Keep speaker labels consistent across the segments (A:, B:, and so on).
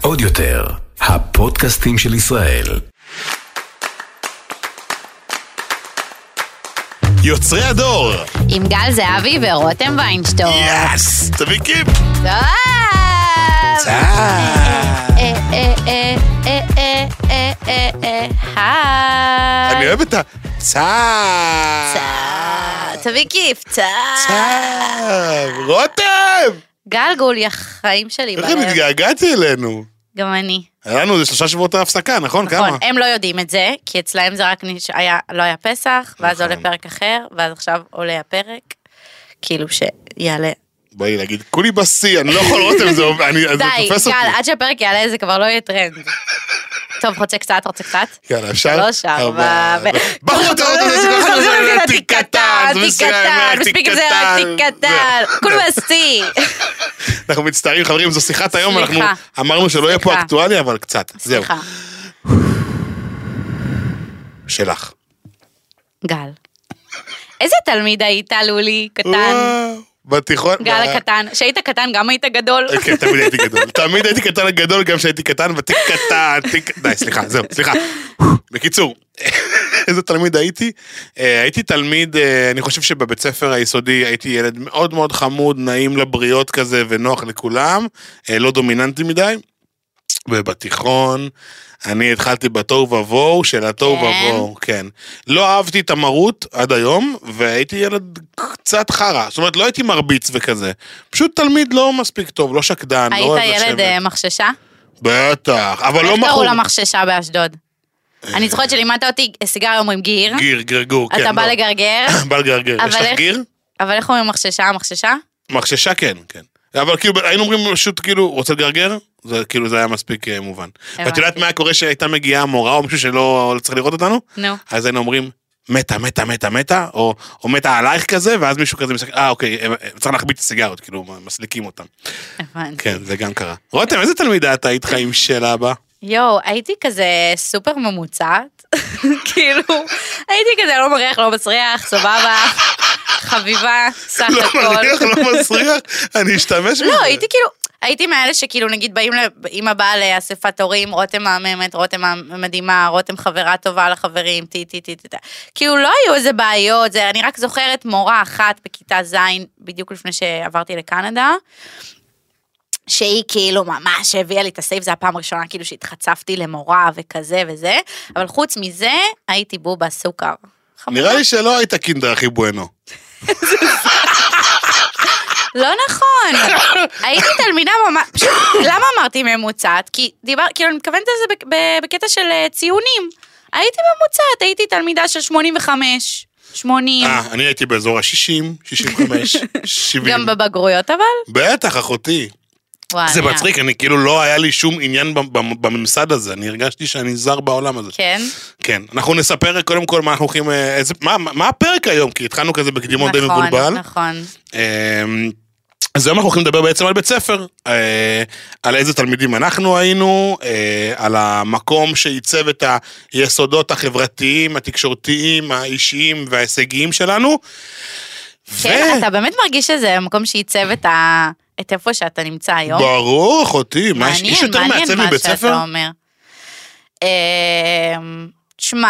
A: עוד יותר, הפודקאסטים של ישראל.
B: יוצרי הדור!
C: עם גל זהבי ורותם ויינשטור.
B: יאס! תביא קיפ!
C: טוב! אה, אה, אה, אה, אה, אה, אה, אה,
B: אני
C: היי.
B: אוהב את ה... צער!
C: צער. תביא כיף, צער.
B: צער! אה, רותם!
C: גל גולי, החיים שלי
B: איך
C: בלב.
B: הם התגעגעתי אלינו?
C: גם אני.
B: היה לנו איזה שלושה שבועות הפסקה, נכון? כמה?
C: נכון, הם לא יודעים את זה, כי אצלהם זה רק נש- היה, לא היה פסח, ואז
B: נכון.
C: עולה פרק אחר, ואז עכשיו עולה הפרק, כאילו שיעלה.
B: בא לי להגיד, כולי בשיא, אני לא יכול רותם, זה אני- זה
C: די,
B: תופס אותי.
C: גל, עד שהפרק יעלה זה כבר לא יהיה טרנד. טוב, רוצה קצת, רוצה קצת?
B: יאללה, אפשר?
C: שלוש,
B: אה,
C: ארבע, ו...
B: בחור אתה רואה את זה, כל אחד עושה
C: זה
B: תיק קטן, זה
C: תיק
B: בסדר,
C: קטן,
B: תיק
C: מספיק זה
B: קטן.
C: תיק קטן, כולו השיא.
B: אנחנו מצטערים, חברים, זו שיחת היום, אנחנו
C: סליחה.
B: אמרנו שלא יהיה פה
C: סליחה.
B: אקטואליה, אבל קצת. זהו,
C: סליחה,
B: שלך.
C: גל. איזה תלמיד היית, לולי, קטן,
B: וואו, בתיכון... אה,
C: גל
B: ב-
C: הקטן, כשהיית קטן גם היית גדול?
B: כן, תמיד הייתי גדול. תמיד הייתי קטן הגדול, גם כשהייתי קטן, ותיק קטן, תיק... די, סליחה, זהו, סליחה. בקיצור, איזה תלמיד הייתי? אה, הייתי תלמיד, אה, אני חושב שבבית ספר היסודי הייתי ילד מאוד מאוד חמוד, נעים לבריות כזה ונוח לכולם, אה, לא דומיננטי מדי. ובתיכון, אני התחלתי בתוהו ובוהו של התוהו
C: כן.
B: ובוהו, כן. לא אהבתי את המרות עד היום, והייתי ילד קצת חרא. זאת אומרת, לא הייתי מרביץ וכזה. פשוט תלמיד לא מספיק טוב, לא שקדן, לא אוהב
C: היית
B: לשבת.
C: ילד אה, מחששה?
B: בטח, אבל לא
C: איך קראו
B: מכור.
C: לה מחששה באשדוד? אני זוכרת שלימדת אותי, סיגריה אומרים גיר,
B: גיר, גרגור, כן.
C: אתה בא
B: לא.
C: לגרגר,
B: בא לגרגר.
C: אבל
B: יש לך
C: איך-
B: גיר?
C: אבל איך אומרים מחששה, מחששה?
B: מחששה כן, כן. אבל כאילו, היינו אומרים פשוט כאילו, רוצה לגרגר? זה כאילו, זה היה מספיק אה, מובן. ואת
C: הבנתי.
B: יודעת מה היה קורה שהייתה מגיעה מורה או מישהו שלא לא צריך לראות אותנו?
C: נו.
B: אז היינו אומרים, מתה, מתה, מתה, מתה, או, או מתה עלייך כזה, ואז מישהו כזה מסתכל, אה, אוקיי, אה, אה, צריך להחביא את הסיגרות, כאילו, מסליקים אותם.
C: הבנתי.
B: כן, זה גם קרה. רותם, איזה תלמידה את היית חיים של אבא?
C: יואו, הייתי כזה סופר ממוצעת, כאילו, הייתי כזה לא מריח, לא מסריח, סבבה, חביבה, סך
B: לא מריח,
C: הכל.
B: לא מסריח, אני אשתמש בזה.
C: לא, הייתי כאילו, הייתי מאלה שכאילו, נגיד, באים לאמא באה לאספת הורים, רותם מהממת, רותם המדהימה, רותם חברה טובה לחברים, טי טי טי טי טי. כאילו, לא היו איזה בעיות, זה, אני רק זוכרת מורה אחת בכיתה ז', בדיוק לפני שעברתי לקנדה. שהיא כאילו ממש הביאה לי את הסעיף, זו הפעם הראשונה כאילו שהתחצפתי למורה וכזה וזה, אבל חוץ מזה, הייתי בובה סוכר.
B: נראה לי שלא היית קינדר הכי בואנו.
C: לא נכון. הייתי תלמידה ממש... פשוט, למה אמרתי ממוצעת? כי דיבר... כאילו, אני מתכוונת לזה בק- ב- בקטע של אה, ציונים. הייתי ממוצעת, הייתי תלמידה של 85, 80.
B: אה, אני הייתי באזור ה-60, 65, 70.
C: גם אה, בבגרויות אבל?
B: בטח, אחותי.
C: וואלה.
B: זה מצחיק, אני כאילו לא היה לי שום עניין במ- במ- בממסד הזה, אני הרגשתי שאני זר בעולם הזה.
C: כן.
B: כן, אנחנו נספר קודם כל מה אנחנו הולכים, אה, איזה- מה- מה מה הפרק היום? כי התחלנו כזה בקדימון די
C: נכון,
B: מבולבל.
C: נכון.
B: אמ, אז היום אנחנו הולכים לדבר בעצם על בית ספר, אה, על איזה תלמידים אנחנו היינו, אה, על המקום שעיצב את היסודות החברתיים, התקשורתיים, האישיים וההישגיים שלנו.
C: כן, אתה באמת מרגיש שזה מקום שעיצב את ה... את איפה שאתה נמצא היום.
B: ברור, אחותי, מה, יש- יש
C: לא. מעניין,
B: יותר
C: מעניין
B: מעצב
C: מה
B: מבית ספר?
C: שאתה אומר. אמ, תשמע,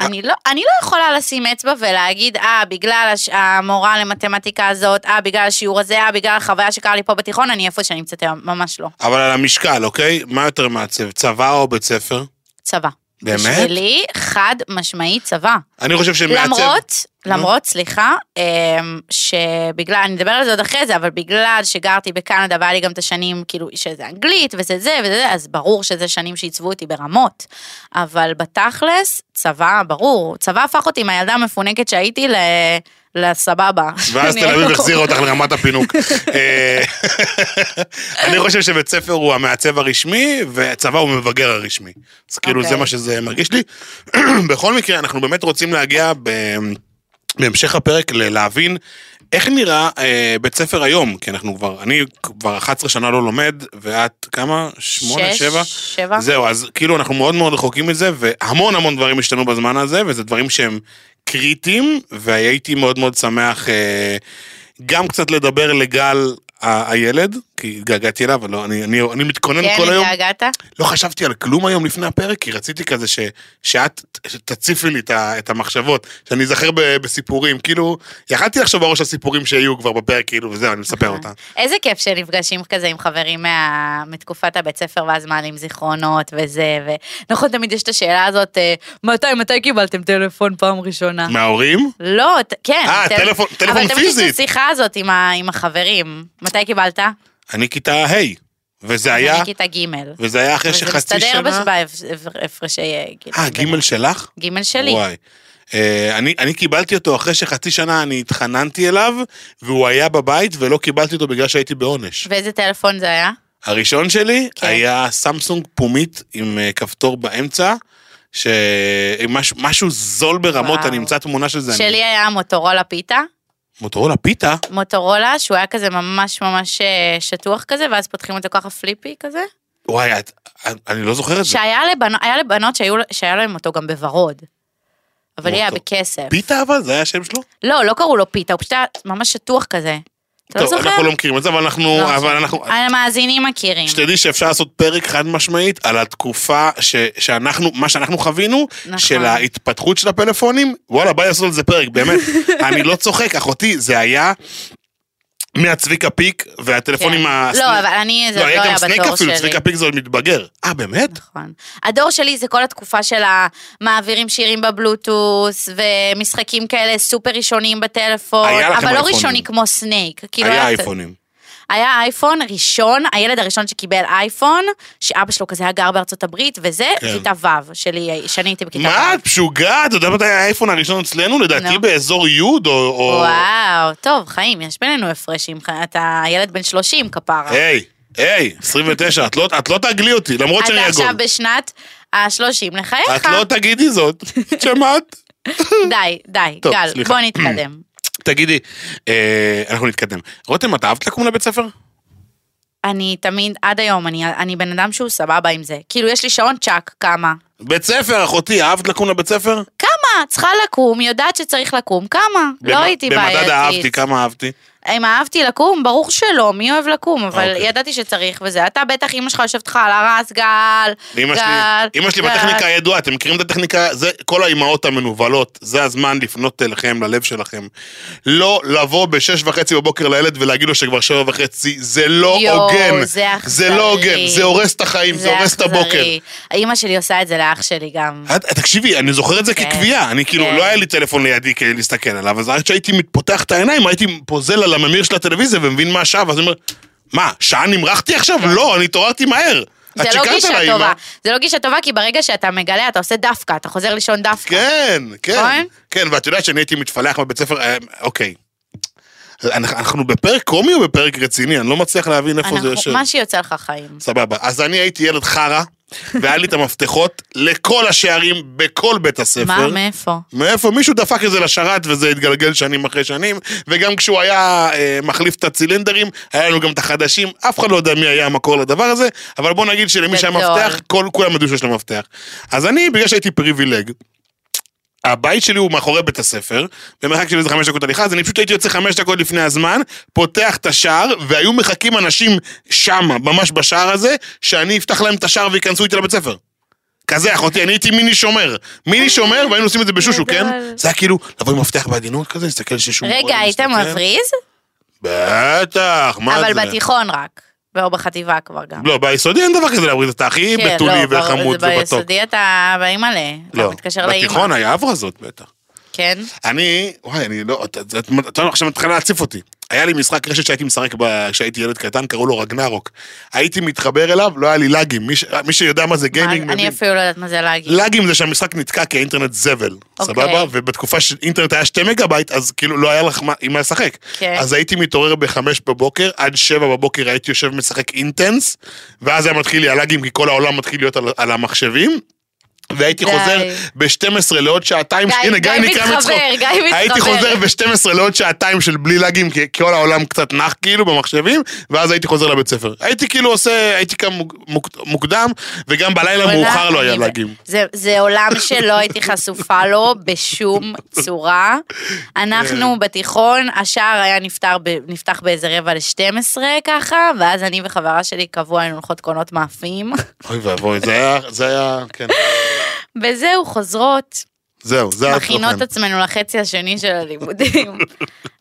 B: אה.
C: אני לא, אני לא יכולה לשים אצבע ולהגיד, אה, בגלל הש, המורה למתמטיקה הזאת, אה, בגלל השיעור הזה, אה, בגלל החוויה שקרה לי פה בתיכון, אני איפה שאני נמצאת היום, ממש לא.
B: אבל על המשקל, אוקיי? מה יותר מעצב, צבא או בית ספר?
C: צבא.
B: באמת?
C: בשבילי, חד משמעי צבא.
B: אני חושב שמעצב...
C: למרות,
B: נו.
C: למרות, סליחה, אמ, שבגלל, אני אדבר על זה עוד אחרי זה, אבל בגלל שגרתי בקנדה והיה לי גם את השנים, כאילו, שזה אנגלית וזה זה וזה זה, אז ברור שזה שנים שעיצבו אותי ברמות. אבל בתכלס, צבא, ברור, צבא הפך אותי מהילדה המפונקת שהייתי ל... לסבבה.
B: ואז
C: אני
B: תל אביב
C: לא-
B: החזירה אותך לרמת הפינוק. אה, אני חושב שבית ספר הוא המעצב הרשמי, והצבא הוא המבגר הרשמי. אז כאילו זה
C: אוקיי.
B: מה שזה מרגיש לי. בכל מקרה, אנחנו באמת רוצים להגיע ב- בהמשך הפרק ל- להבין איך נראה אה, בית ספר היום, כי אנחנו כבר, אני כבר 11 שנה לא לומד, ואת כמה? שמונה,
C: שש,
B: שבע?
C: שבע.
B: זהו, אז כאילו אנחנו מאוד מאוד רחוקים מזה, והמון המון דברים השתנו בזמן הזה, וזה דברים שהם קריטיים, והייתי מאוד מאוד שמח אה, גם קצת לדבר לגל ה- הילד, כי התגעגעתי אליו, אבל לא, אני, אני, אני מתכונן
C: כן,
B: כל היום.
C: התגעגעת?
B: לא חשבתי על כלום היום לפני הפרק, כי רציתי כזה ש, שאת ת- תציפי לי את, ה, את המחשבות, שאני אזכר ב, בסיפורים, כאילו, יכלתי לחשוב בראש על סיפורים שיהיו כבר בפרק, כאילו, וזהו, אני מספר אותם.
C: כן. איזה כיף שנפגשים כזה עם חברים מה... מתקופת הבית ספר ואז מעלים זיכרונות וזה, ונכון, תמיד יש את השאלה הזאת, אה, מתי, מתי קיבלתם טלפון פעם ראשונה?
B: מההורים?
C: לא, ת... כן.
B: אה,
C: טל-
B: טלפון- טלפון
C: אבל תמיד יש את
B: פיזית.
C: השיחה הזאת עם, ה... עם החברים. מתי קיבלת?
B: אני כיתה ה', וזה היה,
C: אני כיתה ג'.
B: וזה היה אחרי
C: וזה
B: שחצי
C: מסתדר
B: שנה...
C: בהפרשי גיל.
B: אה, ג' שלך?
C: ג' כן. שלי.
B: וואי. אה, אני, אני קיבלתי אותו אחרי שחצי שנה אני התחננתי אליו, והוא היה בבית ולא קיבלתי אותו בגלל שהייתי בעונש.
C: ואיזה טלפון זה היה?
B: הראשון שלי
C: כן.
B: היה סמסונג פומית עם אה, כפתור באמצע, שמשהו משהו זול ברמות,
C: וואו.
B: אני אמצא תמונה של זה. אני...
C: שלי היה מוטורולה פיתה.
B: מוטורולה פיתה?
C: מוטורולה, שהוא היה כזה ממש ממש אה, שטוח כזה, ואז פותחים אותו ככה פליפי כזה.
B: וואי, את, את- אני לא זוכר את זה.
C: שהיה לבנות, היה לבנות שהיו, שהיה להם אותו גם בוורוד. אבל היא היה
B: מוטו-
C: בכסף.
B: פיתה אבל? זה היה השם שלו?
C: לא, לא קראו לו פיתה, הוא פשוט היה ממש שטוח כזה. אתה לא
B: טוב,
C: זוכר?
B: אנחנו לא מכירים את זה, אבל אנחנו...
C: לא,
B: אבל
C: עכשיו,
B: אנחנו...
C: המאזינים מכירים. כן.
B: שתדעי שאפשר לעשות פרק חד משמעית על התקופה ש, שאנחנו, מה שאנחנו חווינו,
C: נכון.
B: של ההתפתחות של הפלאפונים, וואלה, בא לעשות על זה פרק, באמת. אני לא צוחק, אחותי, זה היה מהצביקה פיק והטלפונים
C: כן.
B: ה...
C: לא, אבל אני, זה לא
B: היה
C: היה
B: גם סנייק
C: בתור
B: אפילו,
C: שלי.
B: צביקה פיק זה עוד מתבגר. אה, באמת?
C: נכון. הדור שלי זה כל התקופה של המעבירים שירים בבלוטוס, ומשחקים כאלה סופר ראשוניים בטלפון.
B: היה לכם
C: אבל לא
B: אייפונים.
C: ראשוני כמו סנייק. כאילו
B: היה
C: קצת-
B: אייפונים.
C: היה אייפון ראשון, הילד הראשון שקיבל אייפון, שאבא שלו כזה היה גר בארצות הברית, וזה
B: כן.
C: כיתה ו' שלי, שאני הייתי בכיתה
B: מה,
C: ו'.
B: את משוגעת? אתה יודע מתי היה האייפון הראשון אצלנו? לדעתי
C: נו.
B: באזור י' או- או...
C: וואו, טוב, חיים, יש בינינו הפרשים, ח- אתה ילד בן 30 כפרה.
B: היי, היי, 29, את לא- את לא תעגלי אותי, למרות שאני
C: אתה עכשיו
B: עגול.
C: בשנת ה-30
B: את
C: לחייך.
B: לא תגידי זאת. שמעת?
C: די, די,
B: טוב,
C: גל,
B: סליחה.
C: בוא נתקדם.
B: תגידי, אה, אנחנו נתקדם. רותם, את אהבת לקום לבית ספר?
C: אני תמיד, עד היום, אני, אני בן אדם שהוא סבבה עם זה. כאילו, יש לי שעון צ'אק, כמה.
B: בית ספר, אחותי, אהבת לקום לבית
C: לא
B: ספר?
C: כמה? צריכה לקום, יודעת שצריך לקום, כמה? לא
B: במ-
C: הייתי
B: במדד אהבתי,
C: בעייתית.
B: כמה אהבתי?
C: אם אהבתי לקום, ברור שלא, מי אוהב לקום? אבל
B: אוקיי.
C: ידעתי שצריך וזה. אתה בטח, אמא שלך יושבת לך על הרס, גל,
B: אמא שלי,
C: גל,
B: אמא שלי
C: גל.
B: בטכניקה הידועה, אתם מכירים את הטכניקה? זה כל האימהות המנוולות, זה הזמן לפנות אליכם, ללב שלכם. לא לבוא בשש וחצי בבוקר לילד ולהגיד לו שכבר שבע וחצי, זה לא
C: יואו,
B: הוגן.
C: זה
B: זה
C: אכזרי.
B: לא הוגן, זה הורס את החיים, זה הורס את הבוקר. אה,
C: אימא שלי עושה את זה לאח שלי גם.
B: את- תקשיבי, אני זוכר את זה
C: כן,
B: כקביעה, אני כאילו,
C: כן.
B: לא היה לי טלפון לידי כדי להסתכל עליו, אז עד שהייתי מתפותח את העיניים, הייתי פוזל על הממיר של הטלוויזיה ומבין מה השעה, ואז אני אומר, מה, שעה נמרחתי עכשיו? לא, אני התעוררתי מהר.
C: כן. זה
B: את
C: לא
B: שיקרת
C: גישה
B: עליי,
C: טובה.
B: אמא.
C: זה לא גישה טובה, כי ברגע שאתה מגלה, אתה עושה דווקא, אתה חוזר לישון דווקא.
B: כן, כן,
C: נכון?
B: כן, ואת יודעת שאני הייתי מתפלח בבית ספר, אה, אוקיי. אנחנו אנחנו בפרק קומי או בפרק רציני? אני לא מצליח להבין איפה זה
C: אנחנו-
B: יושב.
C: מה שיוצא לך חיים.
B: סבבה. אז אני הייתי ילד חרא, והיה לי את המפתחות לכל השערים בכל בית הספר.
C: מה, מאיפה?
B: מאיפה? מישהו דפק את זה לשרת וזה התגלגל שנים אחרי שנים, וגם כשהוא היה אה, מחליף את הצילינדרים, היה לנו גם את החדשים, אף אחד לא יודע מי היה המקור לדבר הזה, אבל בוא נגיד שלמי שהיה
C: גדול.
B: מפתח, כל, כולם ידעו שיש לו מפתח. אז אני, בגלל שהייתי פריבילג, הבית שלי הוא מאחורי בית הספר, במרחק של איזה חמש דקות הליכה, אז אני פשוט הייתי יוצא חמש דקות לפני הזמן, פותח את השער, והיו מחכים אנשים שמה, ממש בשער הזה, שאני אפתח להם את השער וייכנסו איתי לבית ספר. כזה אחותי, אני הייתי מיני שומר. מיני שומר, והיינו עושים את זה בשושו,
C: גדול.
B: כן? זה היה כאילו, לבוא עם מפתח בעדינות כזה, להסתכל ששום...
C: רגע, היית
B: מסתכל.
C: מבריז?
B: בטח, מה זה?
C: אבל בתיכון רק. או בחטיבה כבר גם.
B: לא, ביסודי אין דבר כזה להבריז, אתה הכי
C: כן,
B: בתולי
C: לא, בר-
B: וחמוד
C: זה
B: ובתוק.
C: ביסודי אתה באימא'לה.
B: לא,
C: אתה מתקשר לאימא.
B: בתיכון היה הברזות, בטח.
C: כן. אני
B: אני, וואי, אני לא, את- את- את את עכשיו מתחילה להציף אותי. היה לי משחק רשת שהייתי משחק ב- כשהייתי ילד קטן, קראו לו רגנרוק. הייתי מתחבר אליו, לא היה לי לאגים. מי ש- מי שיודע מה זה גיימינג
C: אני
B: מבין.
C: אפילו לא יודעת מה זה להגיד.
B: לאגים זה שהמשחק נתקע כי האינטרנט זבל,
C: אוקיי.
B: סבבה? ובתקופה שאינטרנט היה 2 מגה בייט, אז כאילו לא היה לך מה- עם מה לשחק.
C: כן.
B: אז הייתי מתעורר בחמש בבוקר, עד שבע בבוקר הייתי יושב ומשחק אינטנס, ואז היה מתחיל לי הלאגים, כי כל העולם מתחיל להיות על- על המחשבים. והייתי
C: די.
B: חוזר ב-12 לעוד שעתיים,
C: גיא-
B: לא, הנה
C: גיא
B: גיא נקרא
C: מתחבר,
B: מצחוק.
C: גיא
B: הייתי
C: מתחבר.
B: חוזר ב-12 לעוד שעתיים של בלי לאגים, כי כל העולם קצת נח כאילו במחשבים, ואז הייתי חוזר לבית ספר. הייתי כאילו עושה, הייתי קם מוק- מוק- מוקדם, וגם בלילה מאוחר לא היה
C: אני-
B: לאגים.
C: זה- זה עולם שלא הייתי חשופה לו בשום צורה.
B: כן.
C: אנחנו בתיכון, השער היה נפתח ב- נפתח באיזה רבע ל-12 ככה, ואז אני וחברה שלי קבוע היינו הולכות קונות מאפים.
B: אוי ואבוי, זה היה, זה היה, כן.
C: וזהו, חוזרות,
B: זהו, זה היה
C: מכינות
B: התוכן.
C: עצמנו לחצי השני של הלימודים.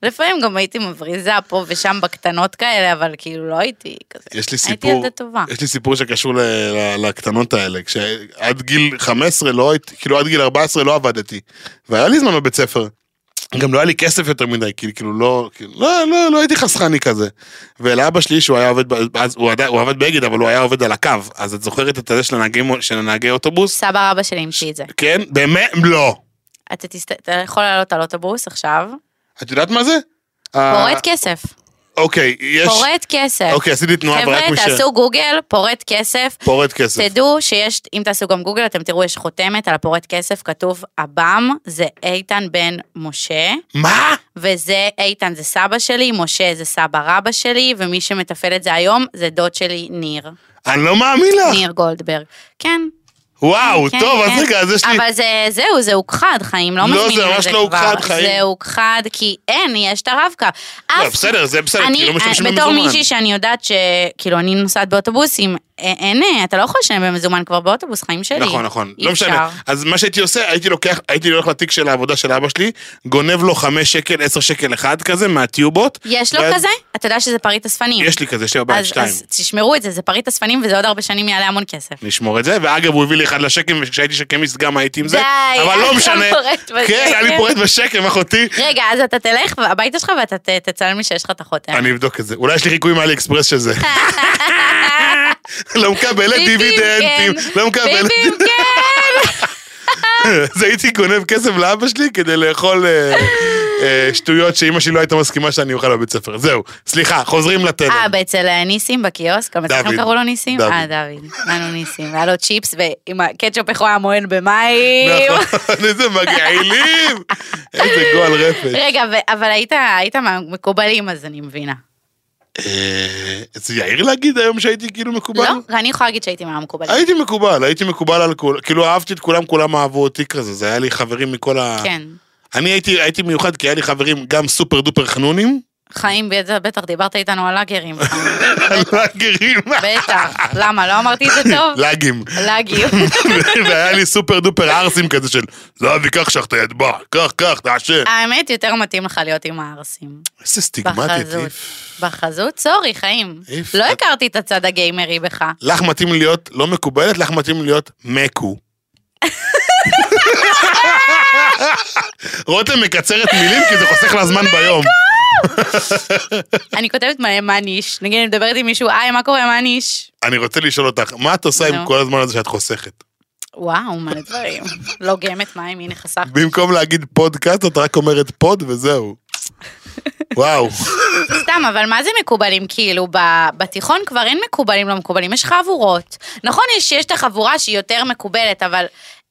C: לפעמים גם הייתי מבריזה פה ושם בקטנות כאלה, אבל כאילו לא הייתי כזה.
B: יש לי
C: הייתי
B: סיפור,
C: ילדה טובה.
B: יש לי סיפור שקשור ל- ל- לקטנות האלה, כשעד גיל 15 לא הייתי, כאילו עד גיל 14 לא עבדתי, והיה לי זמן בבית ספר. גם לא היה לי כסף יותר מדי, כאילו, כאילו לא, כאילו, לא, לא, לא הייתי חסכני כזה. ולאבא שלי שהוא היה עובד, ב- אז הוא, עדיין- הוא עבד באגד, אבל הוא היה עובד על הקו, אז את זוכרת את הזה של הנהגי, מו- של הנהגי אוטובוס?
C: סבא רבא שלי המציא את זה.
B: כן? באמת? לא.
C: אתה תסת- אתה יכול לעלות על אוטובוס עכשיו,
B: את יודעת מה זה?
C: פורט
B: אה,
C: כסף.
B: אוקיי, יש...
C: פורט כסף.
B: אוקיי, עשיתי תנועה,
C: חבר'ה,
B: ורק מי ש...
C: תעשו גוגל, פורט כסף.
B: פורט כסף.
C: תדעו שיש, אם תעשו גם גוגל, אתם תראו, יש חותמת על הפורט כסף, כתוב עב"ם, זה איתן בן משה,
B: מה?
C: וזה איתן זה סבא שלי, משה זה סבא רבא שלי, ומי שמתפעל את זה היום זה דוד שלי, ניר.
B: אני לא מאמין לך.
C: ניר גולדברג. כן.
B: וואו,
C: כן,
B: טוב,
C: כן.
B: אז רגע, אז יש לי...
C: אבל זה, זהו, זה הוכחד, חיים, לא
B: לא,
C: מזמינים את זה
B: זה
C: כבר.
B: ממש לא הוכחד, חיים.
C: זה הוכחד, כי אין, יש את הרב-קו.
B: לא,
C: אף
B: בסדר, זה בסדר,
C: אני, אה,
B: כאילו משתמשים
C: בתור
B: במזומן.
C: מישהי שאני יודעת שכאילו אני נוסעת באוטובוסים, א- אין, אתה לא יכול לשלם במזומן כבר באוטובוס, חיים שלי.
B: נכון, נכון,
C: אי
B: לא משנה.
C: אפשר.
B: אז מה שהייתי עושה, הייתי לוקח, הייתי הולך לתיק של העבודה של אבא שלי, גונב לו חמש שקל, עשר שקל אחד כזה, מהטיובות.
C: יש לו
B: ואז-
C: כזה? אתה יודע שזה פריט אספנים.
B: יש לי כזה, יש לי בבית
C: אז,
B: שתיים.
C: אז תשמרו את זה, זה פריט אספנים וזה עוד הרבה שנים יעלה המון כסף.
B: נשמור את זה, ואגב הוא הביא לי אחד לשקם, וכשהייתי שקמיסט גם הייתי עם זה,
C: די,
B: אבל
C: אתה
B: לא משנה,
C: פורט בשקם.
B: כן, אני פורט בשקם אחותי,
C: רגע, אז אתה תלך הביתה שלך ואתה ת- תצלם לי שיש לך את החותם.
B: אני אבדוק את זה, אולי יש לי חיקוי מאלי אקספרס של זה, לא מקבלת
C: ביבים,
B: דיבידנדים,
C: כן.
B: לא מקבלת,
C: ביבים, כן!
B: אז הייתי גונב כסף לאבא שלי כדי לאכול אה, אה, שטויות שאימא שלי לא הייתה מסכימה שאני אוכל בבית ספר. זהו, סליחה, חוזרים נכון. לתלם.
C: אה, ואצל אה, ניסים בקיוסק, גם אצלכם
B: דוד.
C: קראו לו ניסים?
B: דוד.
C: אה, דוד. לנו ניסים. היה לו צ'יפס ועם הקטשופ איך הוא היה מועל במים.
B: נכון, איזה מגעילים! איזה גועל רפש.
C: רגע, ו- אבל היית, היית מקובלים, אז אני מבינה.
B: אה, זה יאיר להגיד היום שהייתי כאילו מקובל?
C: לא? אני יכולה להגיד שהייתי מהמקובלים.
B: הייתי מקובל, הייתי מקובל על כולם, כאילו אהבתי את כולם, כולם אהבו אותי כזה, זה היה לי חברים מכל ה...
C: כן.
B: אני הייתי הייתי מיוחד כי היה לי חברים גם סופר דופר חנונים,
C: חיים, בטח- בטח דיברת איתנו על לאגרים.
B: לאגרים,
C: בטח. למה? לא אמרתי את זה טוב?
B: לאגים.
C: לאגים.
B: והיה לי סופר דופר ערסים כזה של "לא, זהבי קח שח את הידבע, קח קח תעשן.
C: האמת, יותר מתאים לך להיות עם הערסים.
B: איזה סטיגמטית.
C: בחזות.
B: איף.
C: בחזות? סורי, חיים.
B: איף.
C: לא
B: את-
C: הכרתי את הצד הגיימרי בך.
B: לך מתאים להיות לא מקובלת, לך מתאים להיות מקו. רותם מקצרת מילים כי זה חוסך לה זמן ביום.
C: אני כותבת מלא מניש. נגיד, אני מדברת עם מישהו, היי, מה קורה, מניש?
B: אני רוצה לשאול אותך, מה את עושה עם
C: נו.
B: כל הזמן הזה שאת חוסכת?
C: וואו, מלא דברים. לא גמת מים, הנה חסכתי.
B: במקום להגיד פודקאסט, את רק אומרת פוד וזהו. וואו.
C: סתם, אבל מה זה מקובלים? כאילו, ב- בתיכון כבר אין מקובלים לא מקובלים, יש חבורות. נכון, יש, יש את החבורה שהיא יותר מקובלת, אבל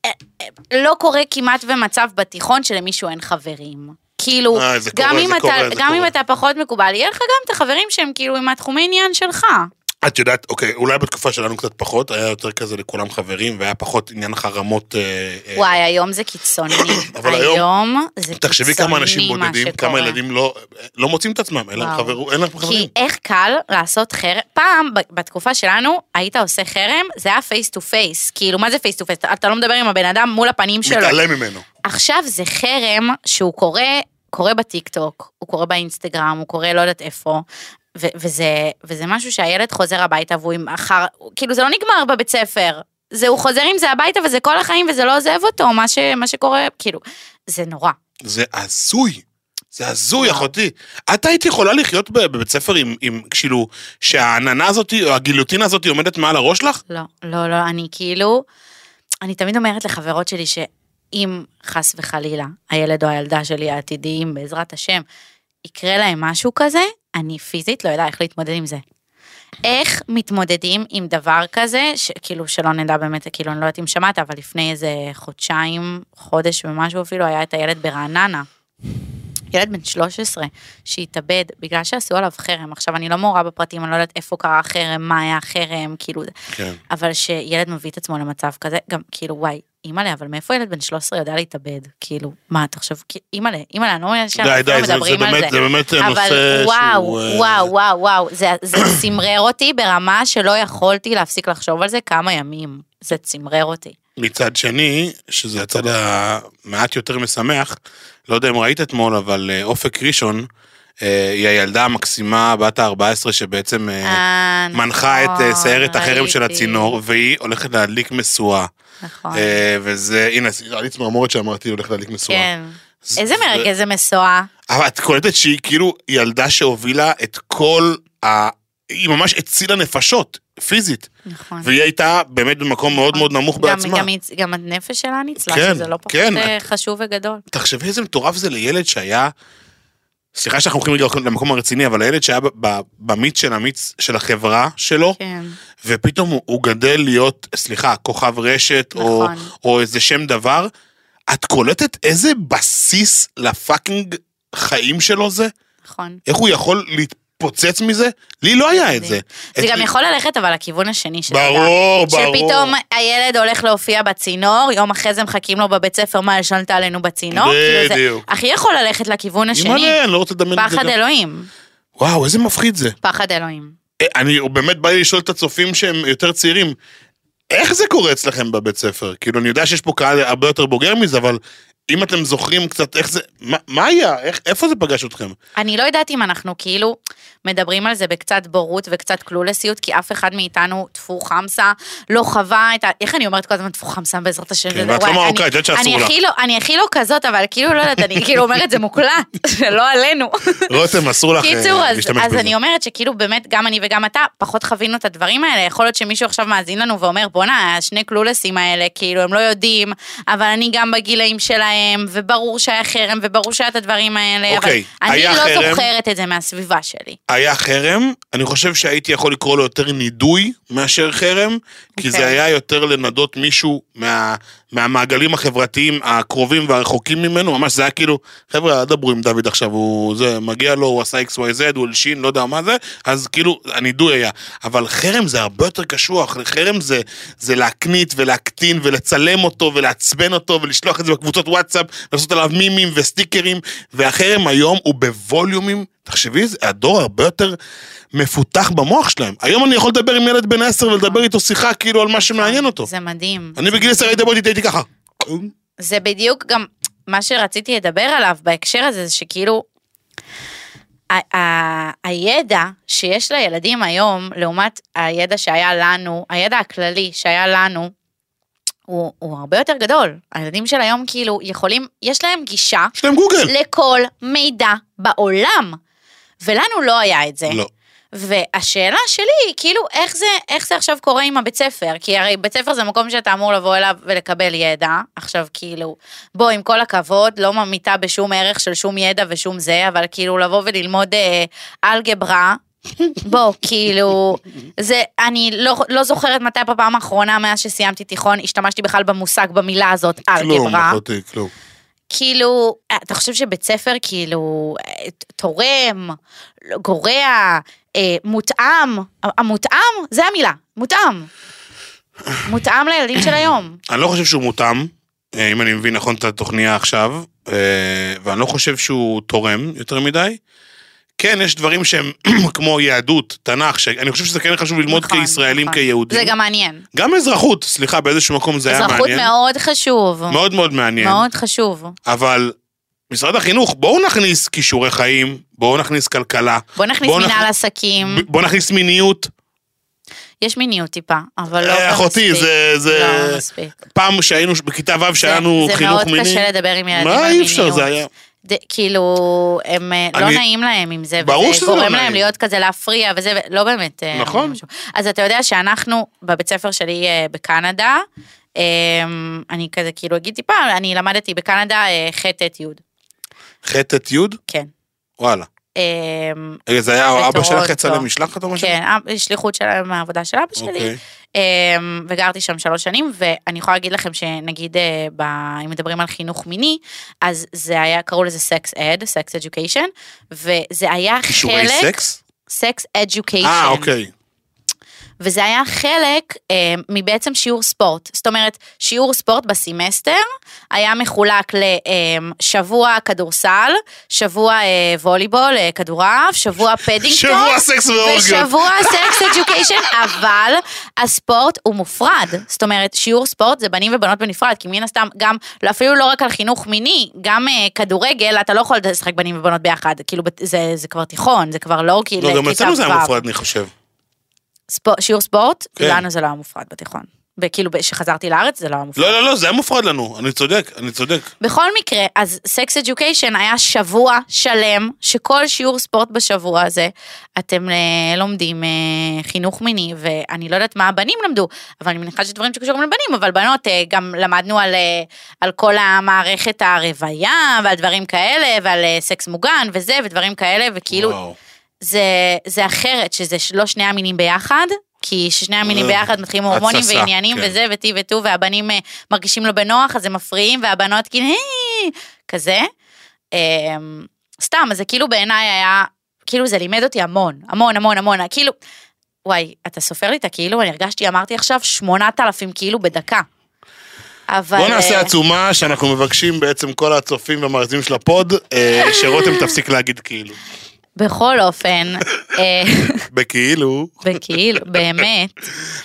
C: אה, אה, לא קורה כמעט ומצב בתיכון שלמישהו אין חברים. כאילו,
B: אה, זה
C: גם,
B: קורה,
C: אם,
B: זה
C: אתה,
B: קורה, זה
C: גם אם
B: קורה.
C: אתה פחות מקובל, יהיה לך גם את החברים שהם כאילו עם התחומי עניין שלך.
B: את יודעת, אוקיי, אולי בתקופה שלנו קצת פחות, היה יותר כזה לכולם חברים, והיה פחות עניין חרמות. אה, אה,
C: וואי, היום זה קיצוני.
B: אבל היום-
C: היום זה קיצוני
B: תחשבי כמה אנשים
C: מה
B: בודדים,
C: שקורה.
B: כמה ילדים לא לא מוצאים את עצמם, אין להם
C: וואו.
B: חברו- אין להם חברים.
C: כי איך קל לעשות חרם, פעם, ב- בתקופה שלנו, היית עושה חרם, זה היה פייס טו פייס. כאילו, מה זה פייס טו פייס? אתה לא מדבר עם הבן אדם מול הפנים שלו.
B: מתעלם ממנו.
C: עכשיו זה חרם שהוא קורה, קורה בטיקטוק, הוא קורה באינסטגרם, הוא קורה לא יודעת איפה. ו- וזה, וזה משהו שהילד חוזר הביתה והוא עם אחר, כאילו זה לא נגמר בבית ספר. זה, הוא חוזר עם זה הביתה וזה כל החיים וזה לא עוזב אותו, מה, ש, מה שקורה, כאילו, זה נורא.
B: זה הזוי. זה הזוי, אחותי. את היית יכולה לחיות ב- בבית ספר עם- עם, כאילו, שהעננה הזאת, או הגיליוטינה הזאת עומדת מעל הראש לך?
C: לא, לא, לא, אני כאילו, אני תמיד אומרת לחברות שלי שאם חס וחלילה הילד או הילדה שלי העתידיים, בעזרת השם, יקרה להם משהו כזה, אני פיזית לא יודעה איך להתמודד עם זה. איך מתמודדים עם דבר כזה, ש- כאילו שלא נדע באמת, כאילו אני לא יודעת אם שמעת, אבל לפני איזה חודשיים, חודש ומשהו אפילו, היה את הילד ברעננה. ילד בן 13 שהתאבד בגלל שעשו עליו חרם. עכשיו, אני לא מעורה בפרטים, אני לא יודעת איפה קרה החרם, מה היה החרם, כאילו, זה.
B: כן.
C: אבל שילד מביא את עצמו למצב כזה, גם כאילו, וואי, אימא'לה, אבל מאיפה ילד בן 13 יודע להתאבד? כאילו, מה, תחשוב, כי- אימא'לה, אימא'לה, אני לא אומרת שאנחנו
B: די,
C: לא
B: די, זה- זה
C: מדברים על
B: באמת- זה באמת נושא
C: אבל
B: שהוא...
C: וואו,
B: אה,
C: וואו, וואו, וואו, זה זה צמרר אותי ברמה שלא יכולתי להפסיק לחשוב על זה כמה ימים. זה צמרר אותי.
B: מצד שני, שזה הצד המעט יותר משמח, לא יודע אם ראית אתמול, אבל אה, אופק ראשון, אה, היא הילדה המקסימה בת ה-14 שבעצם אה,
C: אה,
B: מנחה את אה,
C: נכון,
B: סיירת החרם של
C: ראיתי.
B: הצינור, והיא הולכת להדליק משואה.
C: נכון.
B: אה, וזה, הנה, היה לי צמרמורת שאמרתי, היא הולכת להדליק משואה.
C: כן.
B: ז-
C: איזה
B: זה-
C: מרגש זה מסועה.
B: אבל את קולטת שהיא כאילו ילדה שהובילה את כל ה... היא ממש הצילה נפשות, פיזית.
C: נכון.
B: והיא הייתה באמת במקום מאוד
C: אה.
B: מאוד נמוך
C: גם-
B: בעצמה.
C: גם היא- גם הנפש שלה ניצלה,
B: כן,
C: שזה לא פחות
B: כן,
C: אה, חשוב וגדול.
B: תחשבי איזה מטורף זה לילד שהיה, סליחה שאנחנו הולכים רגע למקום הרציני, אבל הילד שהיה ב- ב- במיץ של המיץ של החברה שלו,
C: כן.
B: ופתאום הוא, הוא גדל להיות, סליחה, כוכב רשת, או,
C: נכון.
B: או איזה שם דבר, את קולטת איזה בסיס לפאקינג חיים שלו זה?
C: נכון.
B: איך הוא יכול להתפוצץ מזה? לי לא היה את זה.
C: זה
B: את-
C: גם יכול ללכת אבל לכיוון השני של
B: ברור, ברור.
C: שפתאום הילד הולך להופיע בצינור, יום אחרי זה מחכים לו בבית ספר מה הלשנת עלינו בצינור. כאילו זה-
B: בדיוק.
C: הכי יכול ללכת לכיוון השני.
B: אימא'לה, אני לא רוצה לדמיין את זה
C: פחד
B: גם.
C: אלוהים.
B: וואו, איזה מפחיד זה.
C: פחד אלוהים.
B: אה, אני הוא באמת בא לי לשאול את הצופים שהם יותר צעירים, איך זה קורה אצלכם בבית ספר? כאילו, אני יודע שיש פה קהל הרבה יותר בוגר מזה, אבל אם אתם זוכרים קצת איך זה, מה, מה היה? איך, איפה זה פגש אתכם?
C: אני לא יודעת אם אנחנו כאילו מדברים על זה בקצת בורות וקצת קלולסיות, כי אף אחד מאיתנו טפו חמסה, לא חווה את ה... איך אני אומרת כל הזמן טפו חמסה בעזרת השם?
B: כן,
C: זה-
B: ואת לא
C: וואי,
B: מרוקאית,
C: אני-
B: את יודעת שאסור
C: אני
B: לך.
C: הכי לא- אני הכי לא כזאת, אבל כאילו, לא יודעת, אני כאילו אומרת זה מוקלט, זה לא עלינו.
B: רותם, אסור לך אה,
C: קיצור, אז,
B: להשתמש
C: אז
B: בזה.
C: אני אומרת שכאילו באמת, גם אני וגם אתה, פחות חווינו את הדברים האלה. יכול להיות שמישהו עכשיו מאזין לנו ואומר, בואנה, השני קלולסים האלה, כאילו, הם לא יודעים, אבל אני גם בגילאים שלהם, וברור שהיה חרם, וברור שהיה את הדברים האלה,
B: אוקיי,
C: אבל אני
B: היה
C: לא
B: חרם.
C: זוכרת את זה מהסביבה שלי.
B: היה חרם, אני חושב שהייתי יכול לקרוא לו יותר נידוי מאשר חרם, כי זה
C: אוקיי.
B: היה יותר לנדות מישהו מה, מהמעגלים החברתיים הקרובים והרחוקים ממנו, ממש זה היה כאילו, חבר'ה, אל תדברו עם דוד עכשיו, הוא זה, מגיע לו, הוא עשה XYZ, הוא הלשין, לא יודע מה זה, אז כאילו, הנידוי היה. אבל חרם זה הרבה יותר קשוח, חרם זה, זה להקנית ולהקטין ולצלם אותו ולעצבן אותו ולשלוח את זה בקבוצות וואטסאפ, לעשות עליו מימים וסטיקרים, והחרם היום הוא בווליומים, תחשבי, זה- הדור הרבה יותר מפותח במוח שלהם. היום אני יכול לדבר עם ילד בן 10 ולדבר איתו שיחה כאילו על מה שמעניין אותו.
C: אה, זה מדהים.
B: אני בגיל 10 הייתי בוא הייתי ככה.
C: זה בדיוק גם מה שרציתי לדבר עליו בהקשר הזה, זה שכאילו, ה- ה- הידע שיש לילדים היום, לעומת הידע שהיה לנו, הידע הכללי שהיה לנו, הוא, הוא הרבה יותר גדול. הילדים של היום כאילו יכולים, יש להם גישה
B: יש להם גוגל.
C: לכל מידע בעולם, ולנו לא היה את זה.
B: לא.
C: והשאלה שלי היא, כאילו, איך זה, איך זה עכשיו קורה עם הבית ספר? כי הרי בית ספר זה מקום שאתה אמור לבוא אליו ולקבל ידע. עכשיו, כאילו, בוא, עם כל הכבוד, לא ממיתה בשום ערך של שום ידע ושום זה, אבל כאילו, לבוא וללמוד אה, אלגברה, בוא, כאילו, זה, אני לא, לא זוכרת מתי בפעם האחרונה, מאז שסיימתי תיכון, השתמשתי בכלל במושג, במילה הזאת, אלגברה.
B: כלום, לא אחותי, כלום.
C: כאילו, אה, אתה חושב שבית ספר כאילו אה, ת- תורם, גורע, אה, מותאם, ה- המותאם, זה המילה, מותאם. מותאם לילדים של היום.
B: אני לא חושב שהוא מותאם, אה, אם אני מבין נכון את התוכניה עכשיו, אה, ואני לא חושב שהוא תורם יותר מדי. כן, יש דברים שהם כמו יהדות, תנ"ך, שאני חושב שזה כן חשוב ללמוד
C: נכון,
B: כישראלים,
C: נכון.
B: כיהודים.
C: זה גם מעניין.
B: גם אזרחות, סליחה, באיזשהו מקום זה היה
C: אזרחות
B: מעניין.
C: מאוד חשוב.
B: מאוד מאוד מעניין.
C: מאוד חשוב.
B: אבל משרד החינוך, בואו נכניס כישורי חיים, בואו נכניס כלכלה,
C: בוא נכניס
B: בוא נכ-
C: מנהל עסקים,
B: ב- בואו נכניס מיניות.
C: יש מיניות טיפה, אבל לא
B: אה,
C: מספיק.
B: אחותי, זה... זה-
C: לא מספיק.
B: פעם שהיינו ש- בכיתה ו'
C: זה-
B: שלנו חינוך
C: זה מאוד
B: מיני.
C: קשה לדבר עם ילדים על מיניות.
B: מה אי אפשר, זה היה...
C: ד- כאילו, הם, אה, לא
B: אני-
C: נעים להם עם זה,
B: ברור
C: וזה
B: שזה לא
C: גורם
B: נעים.
C: להם להיות כזה להפריע, וזה ו- לא באמת... אה,
B: נכון.
C: אומרים משהו. אז אתה יודע שאנחנו, בבית ספר שלי אה, בקנדה, אה, אני כזה כאילו אגיד טיפה, אני למדתי בקנדה ח' אה, ט' י',
B: ח' ט' י'?
C: כן.
B: וואלה.
C: אמ,
B: רגע, זה היה, אבא
C: בתורות
B: שלך יצא
C: לא.
B: למשלחת או משהו?
C: כן, אב- שליחות של מהעבודה של אבא שלי,
B: אוקיי.
C: אמ, וגרתי שם שלוש שנים, ואני יכולה להגיד לכם שנגיד, אה, ב- אם מדברים על חינוך מיני, אז זה היה, קראו לזה סקס אד, סקס אדיוקיישן, וזה היה חלק...
B: כישורי סקס?
C: סקס אדיוקיישן.
B: אה, אוקיי.
C: וזה היה חלק אה, מבעצם שיעור ספורט. זאת אומרת, שיעור ספורט בסמסטר היה מחולק לשבוע כדורסל, שבוע אה, וולייבול, אה, כדורעף, שבוע פדינגטון.
B: שבוע סקס ואורגיות.
C: בשבוע סקס אדיוקיישן, אבל הספורט הוא מופרד. זאת אומרת, שיעור ספורט זה בנים ובנות בנפרד, כי מן הסתם גם, אפילו לא רק על חינוך מיני, גם אה, כדורגל, אתה לא יכול לשחק בנים ובנות ביחד. כאילו, בת- זה, זה כבר תיכון, זה כבר לא כאילו
B: לא, גם
C: כיתה
B: אצלנו זה היה
C: ו'.
B: מופרד, אני חושב.
C: ספו- שיעור ספורט,
B: כן.
C: לנו זה לא היה מופרד בתיכון. וכאילו, כשחזרתי לארץ זה לא היה מופרד.
B: לא, לא, לא, זה היה מופרד לנו. אני צודק, אני צודק.
C: בכל מקרה, אז סקס אדיוקיישן היה שבוע שלם, שכל שיעור ספורט בשבוע הזה, אתם אה, לומדים אה, חינוך מיני, ואני לא יודעת מה הבנים למדו, אבל אני מניחה שדברים שקשורים לבנים, אבל בנות, אה, גם למדנו על, אה, על כל המערכת הרוויה, ועל דברים כאלה, ועל אה, סקס מוגן, וזה, ודברים כאלה, וכאילו,
B: וואו.
C: זה, זה אחרת, שזה לא שני המינים ביחד, כי שני המינים ביחד מתחילים הורמונים
B: אה, התססה,
C: ועניינים
B: כן.
C: וזה וטי וטו, והבנים אה, מרגישים לא בנוח, אז הם מפריעים, והבנות כאילו, "היי", כזה. אה, סתם, אז זה כאילו בעיניי היה, כאילו זה לימד אותי המון, המון, המון, המון, כאילו, וואי, אתה סופר לי את הכאילו, אני הרגשתי, אמרתי עכשיו, 8,000 כאילו בדקה. אבל...
B: בוא נעשה
C: אה,
B: עצומה שאנחנו מבקשים בעצם כל הצופים והמאזינים של הפוד, אה, שרותם תפסיק להגיד כאילו.
C: בכל אופן, אה,
B: בכאילו.
C: וכאילו, באמת.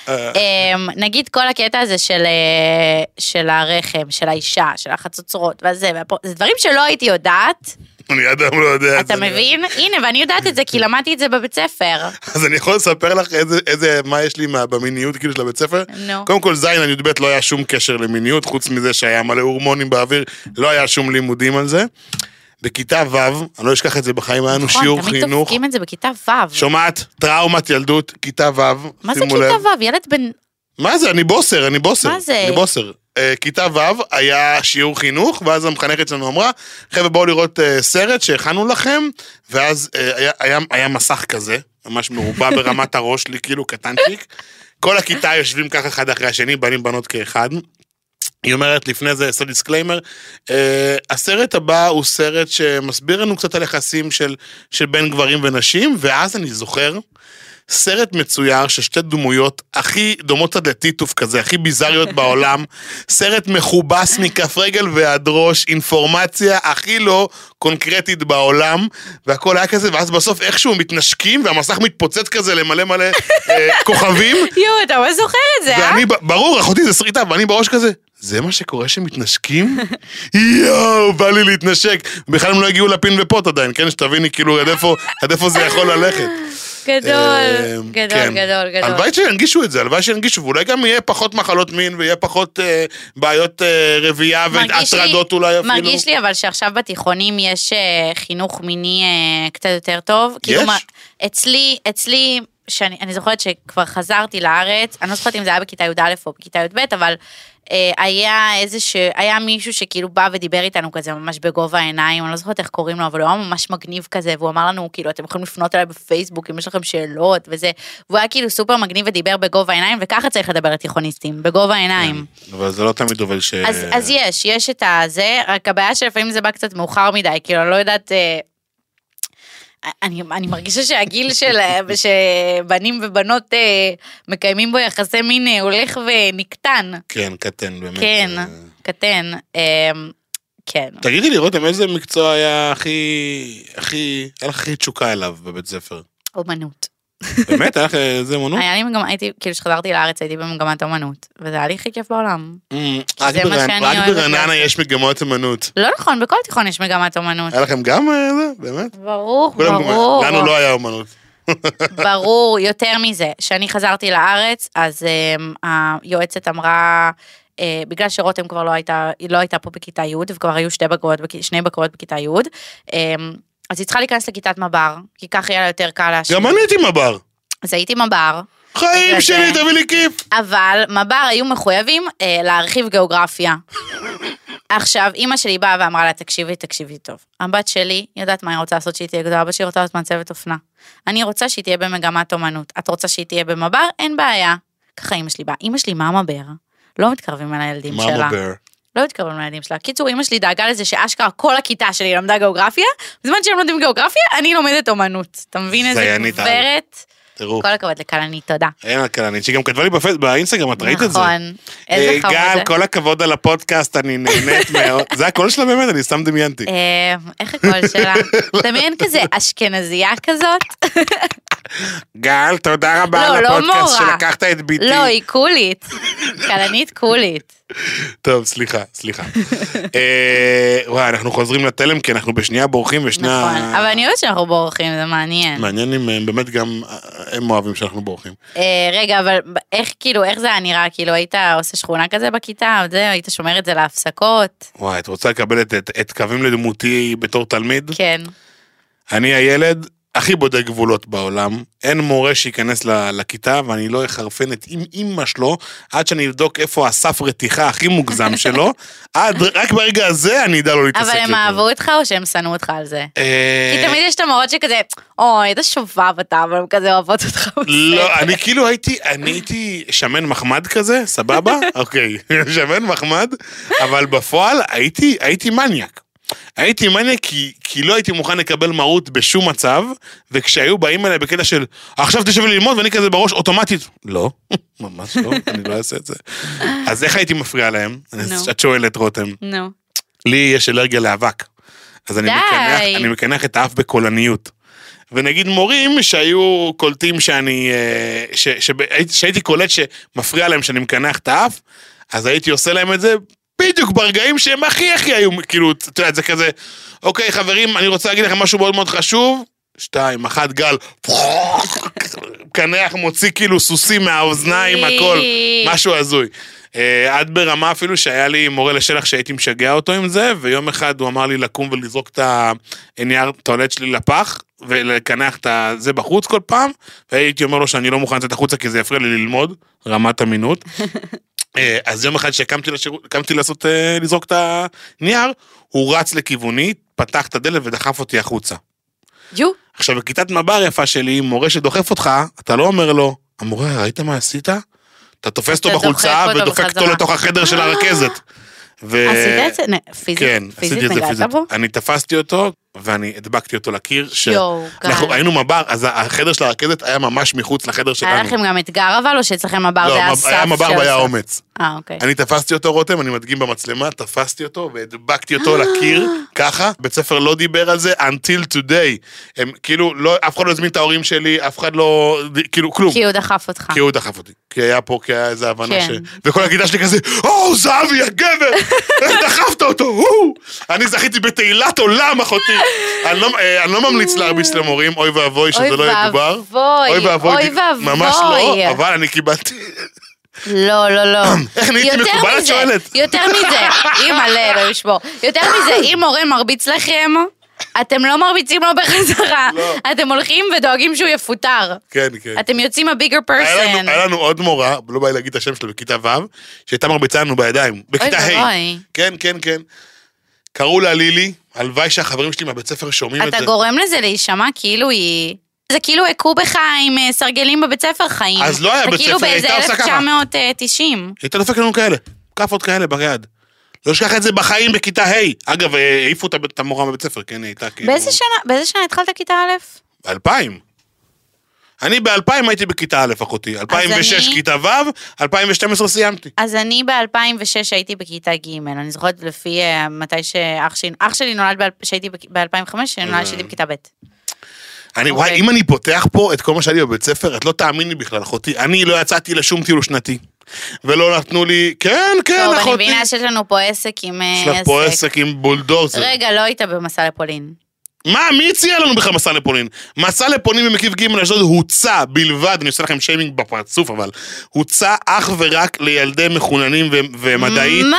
B: אה.
C: אמ, נגיד כל הקטע הזה של, אה, של הרחם, של האישה, של החצוצרות, וזה, והפו- זה דברים שלא הייתי יודעת,
B: אני עד היום לא יודע. את
C: אתה
B: זה.
C: מבין? הנה, ואני יודעת את זה כי למדתי את זה בבית ספר.
B: אז אני יכול לספר לך איזה, איזה, מה יש לי מה- במיניות כאילו של הבית ספר?
C: נו.
B: קודם כל, זין עד י"ב לא היה שום קשר למיניות, חוץ מזה שהיה מלא הורמונים באוויר, לא היה שום לימודים על זה. בכיתה ו', אני לא אשכח את זה בחיים, היה לנו שיעור
C: נכון, תמיד
B: חינוך.
C: דופקים את זה בכיתה ו'.
B: שומעת? טראומת ילדות, כיתה ו',
C: מה זה
B: שימו
C: כיתה
B: לב.
C: ו'? ילד בן...
B: מה זה? אני בוסר, אני בוסר.
C: מה זה?
B: אני בוסר. אה, כיתה ו' היה שיעור חינוך, ואז המחנכת שלנו אמרה, חבר'ה בואו לראות אה, סרט שהכנו לכם, ואז אה, היה- היה- היה מסך כזה, ממש מרובע ברמת הראש שלי, כאילו קטנצ'יק. כל הכיתה יושבים ככה אחד אחרי השני, בנים בנות כאחד. היא אומרת לפני זה, עשו דיסקליימר, אה, הסרט הבא הוא סרט שמסביר לנו קצת על יחסים של, של בין גברים ונשים, ואז אני זוכר סרט מצויר של שתי דמויות הכי דומות עד לטיטוף כזה, הכי ביזריות בעולם, סרט מכובס מכף רגל ועד ראש, אינפורמציה הכי לא קונקרטית בעולם, והכל היה כזה, ואז בסוף איכשהו מתנשקים והמסך מתפוצץ כזה למלא מלא אה, כוכבים,
C: יואו, אתה ממש זוכר את זה, אה?
B: ואני, ב- ברור, אחותי זה שריטה, ואני בראש כזה, זה מה שקורה שמתנשקים? יואו, בא לי להתנשק. בכלל הם לא הגיעו לפין ופוט עדיין, כן? שתביני כאילו עד איפה, עד איפה זה יכול ללכת.
C: גדול,
B: אמ,
C: גדול,
B: כן.
C: גדול, גדול.
B: הלוואי שינגישו את זה, הלוואי שינגישו, ואולי גם יהיה פחות מחלות מין, ויהיה פחות אה, בעיות אה, רבייה
C: מרגיש לי-
B: והטרדות אולי אפילו.
C: מרגיש לי אבל שעכשיו בתיכונים יש אה, חינוך מיני אה, קצת יותר טוב. כאילו,
B: יש?
C: מה- אצלי, אצלי, שאני אני זוכרת שכבר חזרתי לארץ, אני לא זוכרת אם זה היה בכיתה י"א או בכיתה י"ב, אבל אה, היה איזה ש... היה מישהו שכאילו בא ודיבר איתנו כזה ממש בגובה העיניים, אני לא זוכרת איך קוראים לו, אבל הוא היה ממש מגניב כזה, והוא אמר לנו, כאילו, אתם יכולים לפנות אליי בפייסבוק אם יש לכם שאלות וזה, והוא היה כאילו סופר מגניב ודיבר בגובה העיניים, וככה צריך לדבר לתיכוניסטים, בגובה העיניים.
B: אבל זה לא תמיד עובד ש...
C: אז, אז יש, יש את הזה, רק הבעיה שלפעמים זה בא קצת מאוחר מדי, כאילו, אני לא יודעת... אה, אני, אני מרגישה שהגיל של, שבנים ובנות אה, מקיימים בו יחסי מין אה, הולך ונקטן.
B: כן, קטן, באמת.
C: כן,
B: אה.
C: קטן. אה, כן.
B: תגידי לי, רותם, איזה מקצוע היה הכי... הכי... היה לך הכי תשוקה אליו בבית ספר?
C: אומנות.
B: באמת, היה לך אה, איזה אמנות?
C: היה לי מגמה, הייתי, כאילו, כשחזרתי לארץ הייתי במגמת אומנות, וזה היה לי הכי כיף בעולם.
B: אמ, רק
C: שזה אה, מה
B: ברענ-
C: שאני
B: רק
C: אוהבת
B: ברעננה
C: לעשות.
B: יש מגמות אמנות.
C: לא נכון, בכל תיכון יש מגמת אומנות.
B: היה לכם גם אה, זה? באמת?
C: ברור,
B: כולם-
C: ברור.
B: לנו לא היה אמנות.
C: ברור, יותר מזה, כשאני חזרתי לארץ, אז um, היועצת אמרה, uh, בגלל שרותם כבר לא הייתה, היא לא הייתה פה בכיתה י', וכבר היו שתי בגרויות, בכ- שני בגרויות בכיתה י', um, אז היא צריכה להיכנס לכיתת מב"ר, כי כך יהיה לה יותר קל להשאיר.
B: גם אני הייתי מב"ר.
C: אז הייתי מב"ר,
B: חיים
C: בגלל
B: שלי,
C: זה.
B: תביא לי כיף.
C: אבל מב"ר היו מחויבים uh, להרחיב גיאוגרפיה. אה, עכשיו, אימא שלי באה ואמרה לה, תקשיבי, תקשיבי טוב. הבת שלי יודעת מה היא רוצה לעשות שהיא תהיה גדולה, הבת שלי רוצה להיות מעצבת אופנה. אני רוצה שהיא תהיה במגמת אומנות. את רוצה שהיא תהיה במב"ר? אין בעיה. ככה אימא שלי באה. אימא שלי, מה מב"ר? לא מתקרבים אל הילדים שלה.
B: מאמה בר.
C: לא מתקרבים לילדים שלה. קיצור, אימא שלי דאגה לזה שאשכרה כל הכיתה שלי למדה גיאוגרפיה, בזמן שהם לומדים גיאוגרפיה, אני לומדת אומנות. אתה מבין איזה
B: זיינית על.
C: גברת?
B: תראו,
C: כל הכבוד לכלנית, תודה.
B: אין לה כלנית, שהיא גם כתבה לי בפייס- באינסטגרם, את ראית את זה?
C: נכון, איזה
B: אה,
C: חמוד זה.
B: גל, כל הכבוד על הפודקאסט, אני נהנית מאוד. זה הקול שלה באמת, אני סתם דמיינתי.
C: אה, איך הקול שלה? תמיין כזה אשכנזייה כזאת?
B: גל, תודה רבה
C: לא,
B: על
C: לא
B: הפודקאסט
C: מורה.
B: שלקחת את ביתי.
C: לא, היא קולית. כלנית קולית.
B: טוב, סליחה, סליחה. אה, וואי, אנחנו חוזרים לתלם, כי אנחנו בשנייה בורחים ושנייה...
C: נכון, אבל אני יודעת שאנחנו בורחים, זה מעניין.
B: מעניין אם אה, באמת גם אה, הם אוהבים שאנחנו בורחים.
C: אה, רגע, אבל איך כאילו, איך זה היה נראה? כאילו, היית עושה שכונה כזה בכיתה? זה, היית שומר את זה להפסקות?
B: וואי, את רוצה לקבל את- את את קווים לדמותי בתור תלמיד?
C: כן.
B: אני הילד הכי בודק גבולות בעולם, אין מורה שייכנס ל- לכיתה ואני לא אחרפן את עם אימא שלו עד שאני אבדוק איפה הסף רתיחה הכי מוגזם שלו, עד רק ברגע הזה אני אדע לא להתעסק
C: אבל
B: יותר.
C: הם אהבו אותך או שהם שנאו אותך על זה?
B: אה,
C: כי תמיד יש את המורות שכזה, אוי, איזה שובב אתה, אבל הם כזה אוהבות אותך.
B: לא, אני כאילו הייתי, אני הייתי שמן מחמד כזה, סבבה? אוקיי, שמן מחמד, אבל בפועל הייתי, הייתי מניאק. הייתי מניאק כי, כי לא הייתי מוכן לקבל מרות בשום מצב, וכשהיו באים אליי בקטע של עכשיו תשב ללמוד ואני כזה בראש אוטומטית, לא, ממש לא, אני לא אעשה את זה. אז איך הייתי מפריע להם?
C: נו.
B: את שואלת רותם,
C: נו.
B: לי יש אלרגיה לאבק. אז אני
C: די.
B: מקנח, אני מקנח את האף בקולניות. ונגיד מורים שהיו קולטים שאני, אה, ש, ש, שהייתי קולט שמפריע להם שאני מקנח את האף, אז הייתי עושה להם את זה בדיוק ברגעים שהם הכי הכי היו, כאילו, את יודעת, זה כזה, אוקיי חברים, אני רוצה להגיד לכם משהו מאוד מאוד חשוב, שתיים, אחת, גל, מקנח, מוציא כאילו סוסים מהאוזניים, הכל. משהו הזוי. אה, עד ברמה אפילו שהיה לי מורה לשלח שהייתי משגע אותו עם זה, ויום אחד הוא אמר לי לקום ולזרוק את הנייר טואלט שלי לפח, ולקנח את זה בחוץ כל פעם, והייתי אומר לו שאני לא מוכן לצאת החוצה כי זה יפריע לי ללמוד, רמת אמינות. אה, אז יום אחד שקמתי לשיר... קמתי לעשות, אה, לזרוק את הנייר, הוא רץ לכיווני, פתח את הדלת ודחף אותי החוצה.
C: יו,
B: עכשיו, בכיתת מב"ר יפה שלי, מורה שדוחף אותך, אתה לא אומר לו, המורה, ראית מה עשית? אתה תופס אותו
C: אתה דוחף
B: בחולצה
C: אותו
B: ודופק אותו
C: בחזרה.
B: לתוך החדר של הרכזת. ו...
C: עשית את זה? נה, פיזית?
B: אה, כן, עשיתי
C: פיזית
B: את זה
C: נגעת
B: פיזית.
C: בו?
B: אני תפסתי אותו, ואני הדבקתי אותו לקיר, ש...
C: יואו,
B: אנחנו
C: גל.
B: היינו מב"ר, אז החדר של הרכזת היה ממש מחוץ לחדר שלנו.
C: היה לכם גם אתגר אבל, או שאצלכם מב"ר
B: לא,
C: זה היה
B: מב-
C: סף
B: היה מב"ר
C: שעושה?
B: והיה אומץ.
C: אה, אוקיי.
B: אני תפסתי אותו, רותם, אני מדגים במצלמה, תפסתי אותו והדבקתי אותו לקיר, ככה. בית ספר לא דיבר על זה until today. הם כאילו, לא, אף אחד לא הזמין את ההורים שלי, אף אחד לא, כאילו, כלום.
C: כי הוא דחף אותך.
B: כי הוא דחף אותי. כי היה פה, כי היה איזה הבנה
C: כן.
B: ש... וכל הכיתה שלי כזה, או, זהבי, הגבר! איך דחפת אותו, הוא! אני זכיתי בתהילת עולם, אחותי. אני לא- אה, אני לא ממליץ להרביץ למורים, אוי ואבוי, שזה
C: אוי
B: לא ידובר.
C: ואבוי, אוי
B: כי- ממש
C: ואבוי.
B: לא, אבל אני קיבלתי...
C: לא, לא, לא.
B: איך נהייתי
C: יותר
B: מקובל? את
C: מזה,
B: שואלת.
C: יותר מזה, אימא'לה, לא ישבור. יותר מזה, אם מורה מרביץ לכם, אתם לא מרביצים לו בחזרה.
B: לא.
C: אתם הולכים ודואגים שהוא יפוטר.
B: כן, כן.
C: אתם יוצאים הביגר
B: היה לנו,
C: פרסן.
B: היה לנו עוד מורה, לא בא לי להגיד את השם שלה, בכיתה ו', שהייתה מרביצה לנו בידיים, בכיתה ה'.
C: ואבוי.
B: כן, כן, כן. קראו לה לילי, הלוואי שהחברים שלי מהבית ספר שומעים את
C: אתה
B: זה.
C: גורם לזה להישמע כאילו היא... זה כאילו הכו בך עם אה, סרגלים בבית ספר חיים.
B: אז לא היה בית ספר,
C: אתה
B: הייתה עושה ככה.
C: כאילו באיזה 1990.
B: הייתה דופקת לנו כאלה, כאפות כאלה ביד. לא אשכח את זה בחיים בכיתה ה'. אגב, אה, העיפו אותה- את המורה מבית ספר, כן, היא הייתה כאילו...
C: באיזה שנה, באיזה שנה התחלת כיתה א'?
B: אלפיים. אני באלפיים הייתי בכיתה א', אחותי. 2006
C: אני-
B: כיתה ו', 2012 סיימתי.
C: אז אני ב-2006 הייתי בכיתה ג', אני זוכרת לפי אה, מתי שאח שלי, אח שלי נולד ב-2005, שנולד שהייתי בכיתה ב'.
B: אני, וואי,
C: אוקיי.
B: אם אני פותח פה את כל מה שהיה לי בבית ספר, את לא תאמיני בכלל, אחותי. אני לא יצאתי לשום טיול שנתי. ולא נתנו לי, כן, כן,
C: טוב, אני
B: אחותי.
C: מבינה שיש לנו פה עסק עם אה,
B: יש לך פה עסק עם בולדוזר.
C: רגע, לא היית במסע לפולין.
B: מה, מי הציע לנו בכלל מסע לפולין? מסע לפולין במקיף ג' אשדוד הוצע בלבד, אני עושה לכם שיימינג בפרצוף אבל, הוצע אך ורק לילדי מחוננים ו- ומדעית.
C: מה?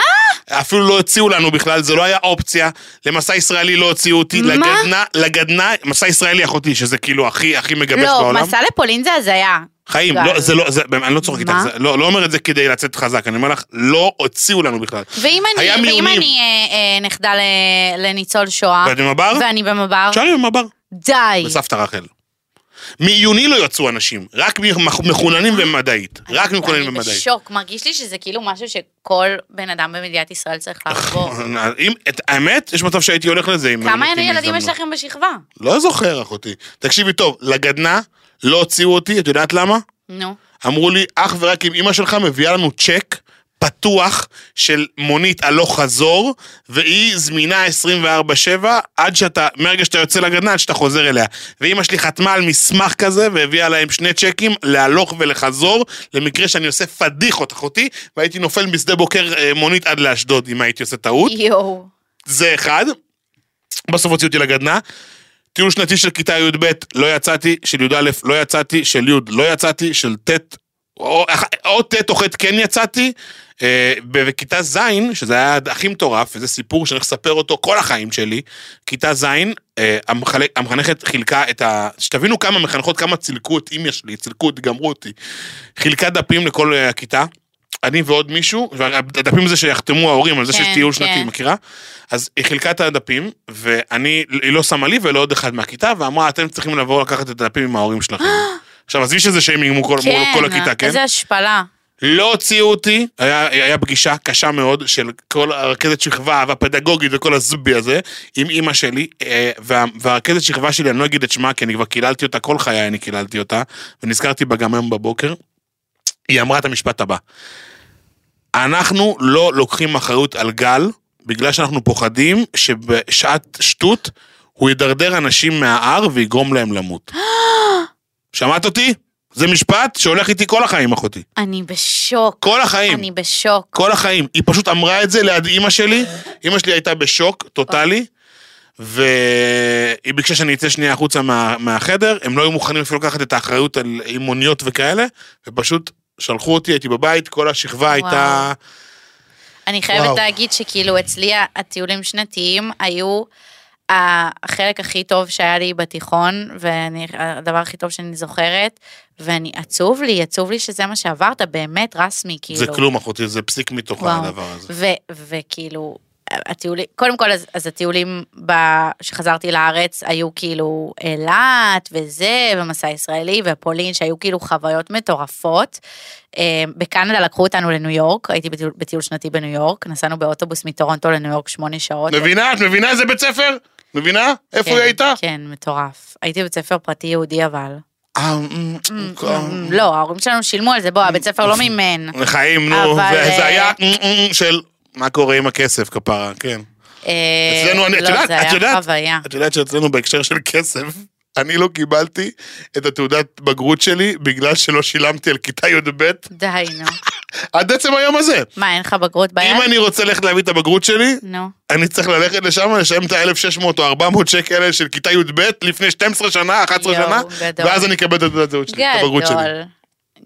B: אפילו לא הציעו לנו בכלל, זה לא היה אופציה. למסע ישראלי לא הוציאו אותי,
C: מה?
B: לגדנה, לגדנה, מסע ישראלי אחותי, שזה כאילו הכי הכי מגבש
C: לא,
B: בעולם.
C: מסע לפולין זה הזיה.
B: חיים,
C: גל.
B: לא, זה לא, זה, אני לא צוחק איתך,
C: מה?
B: זה- לא לא אומר את זה כדי לצאת חזק, אני אומר לך, לא הוציאו לנו בכלל.
C: ואם אני,
B: היה
C: ואם
B: מיונים.
C: אני אה, אה, נכדה ל- לניצול שואה,
B: ואת במבר?
C: ואני במבר,
B: תשאלי במבר,
C: די.
B: בסבתא רחל. מעיוני לא יצאו אנשים, רק ממח- מחוננים ומדעית. רק מחוננים
C: אני
B: ומדעית.
C: בשוק, מרגיש לי שזה כאילו משהו שכל בן אדם במדינת ישראל צריך לעבור.
B: אה, אם, את האמת, יש מצב שהייתי הולך לזה אם...
C: כמה
B: אני מתאים
C: ילדים יש
B: להזדמנות.
C: לכם בשכבה?
B: לא זוכר, אחותי. תקשיבי טוב, לגדנה לא הוציאו אותי, את יודעת למה?
C: נו.
B: אמרו לי, אך ורק אם אימא שלך מביאה לנו צ'ק פתוח של מונית הלוך חזור, והיא זמינה 24-7 עד שאתה, מרגע שאתה יוצא לגדנה עד שאתה חוזר אליה. ואימא שלי חתמה על מסמך כזה והביאה להם שני צ'קים להלוך ולחזור, למקרה שאני עושה פדיחות, אחותי, והייתי נופל משדה בוקר אה, מונית עד לאשדוד אם הייתי עושה טעות.
C: יואו.
B: זה אחד. בסוף הוציאו אותי לגדנה. טיול שנתי של כיתה י"ב לא יצאתי, של י"א לא יצאתי, של י' לא יצאתי, של ט' או או ט' או ח' כן יצאתי. אה, בכיתה ז', שזה היה הכי מטורף, וזה סיפור שאני הולך לספר אותו כל החיים שלי, כיתה ז', אה, המחלק- המחנכת חילקה את ה... שתבינו כמה מחנכות, כמה צילקו את אימא שלי, צילקו אותי, גמרו אותי. חילקה דפים לכל אה, הכיתה, אני ועוד מישהו, והדפים זה שיחתמו ההורים על זה
C: כן,
B: שיש טיול
C: כן.
B: שנתי, מכירה? אז היא חילקה את הדפים, ואני, היא לא שמה לי ולא עוד אחד מהכיתה, ואמרה, אתם צריכים לבוא לקחת את הדפים עם ההורים שלכם. עכשיו, עזבי שזה שיימינג מול כל- מול כל הכיתה, כן?
C: אה, איזה השפלה.
B: לא הוציאו אותי, היה, היה פגישה קשה מאוד של כל הרכזת שכבה והפדגוגית וכל הזובי הזה, עם אימא שלי, אה, וה, והרכזת שכבה שלי, אני לא אגיד את שמה, כי אני כבר קיללתי אותה, כל חיי אני קיללתי אותה, ונזכרתי בה גם היום בבוקר, היא אמרה את המשפט הבא: אנחנו לא לוקחים אחריות על גל, בגלל שאנחנו פוחדים שבשעת שטות הוא ידרדר אנשים מההר ויגרום להם למות. שמעת אותי? זה משפט שהולך איתי כל החיים, אחותי.
C: אני בשוק.
B: כל החיים,
C: אני בשוק.
B: כל החיים. היא פשוט אמרה את זה ליד אימא שלי, אימא שלי הייתה בשוק טוטאלי, והיא ביקשה שאני אצא שנייה החוצה מה, מהחדר, הם לא היו מוכנים אפילו לקחת את האחריות על אימוניות וכאלה, ופשוט שלחו אותי, הייתי בבית, כל השכבה הייתה...
C: אני חייבת
B: וואו.
C: להגיד שכאילו אצלי הטיולים שנתיים היו אה, החלק הכי טוב שהיה לי בתיכון, והדבר הכי טוב שאני זוכרת, ואני עצוב לי, עצוב לי שזה מה שעברת, באמת רסמי, כאילו.
B: זה כלום אחותי, זה פסיק מתוך
C: וואו.
B: הדבר הזה.
C: ו- וכאילו, הטיולים, קודם כל, אז, אז הטיולים ב, שחזרתי לארץ היו כאילו אילת וזה, ומסע ישראלי ופולין, שהיו כאילו חוויות מטורפות. אה, בקנדה לקחו אותנו לניו יורק, הייתי בטיול, בטיול שנתי בניו יורק, נסענו באוטובוס מטורונטו לניו יורק שמונה שעות.
B: מבינה? את מבינה איזה בית ספר? מבינה? איפה היא
C: כן,
B: הייתה?
C: כן, מטורף. הייתי בבית ספר פרטי יהודי אבל.
B: אה, אמ, אמ,
C: לא, ההורים שלנו שילמו על זה, בוא, הבית ספר לא מימן.
B: חיים, נו,
C: אבל,
B: וזה
C: אה,
B: היה אמ, אמ, של מה קורה עם הכסף, כפרה, כן.
C: אה,
B: אצלנו, אני- את
C: לא,
B: יודעת,
C: זה
B: את
C: היה
B: יודעת,
C: חוויה.
B: את יודעת שאצלנו בהקשר של כסף, אני לא קיבלתי את התעודת בגרות שלי בגלל שלא שילמתי על כיתה י"ב
C: די, נו.
B: עד עצם היום הזה.
C: מה, אין לך בגרות ביד?
B: אם אני רוצה ללכת להביא את הבגרות שלי,
C: נו.
B: אני צריך ללכת לשם ולשלם את ה-1600 או 400 שקל האלה של כיתה י"ב לפני 12 שנה, 11
C: יואו,
B: שנה,
C: גדול.
B: ואז אני אקבל את התעודת זהות שלי, את הבגרות שלי.
C: גדול.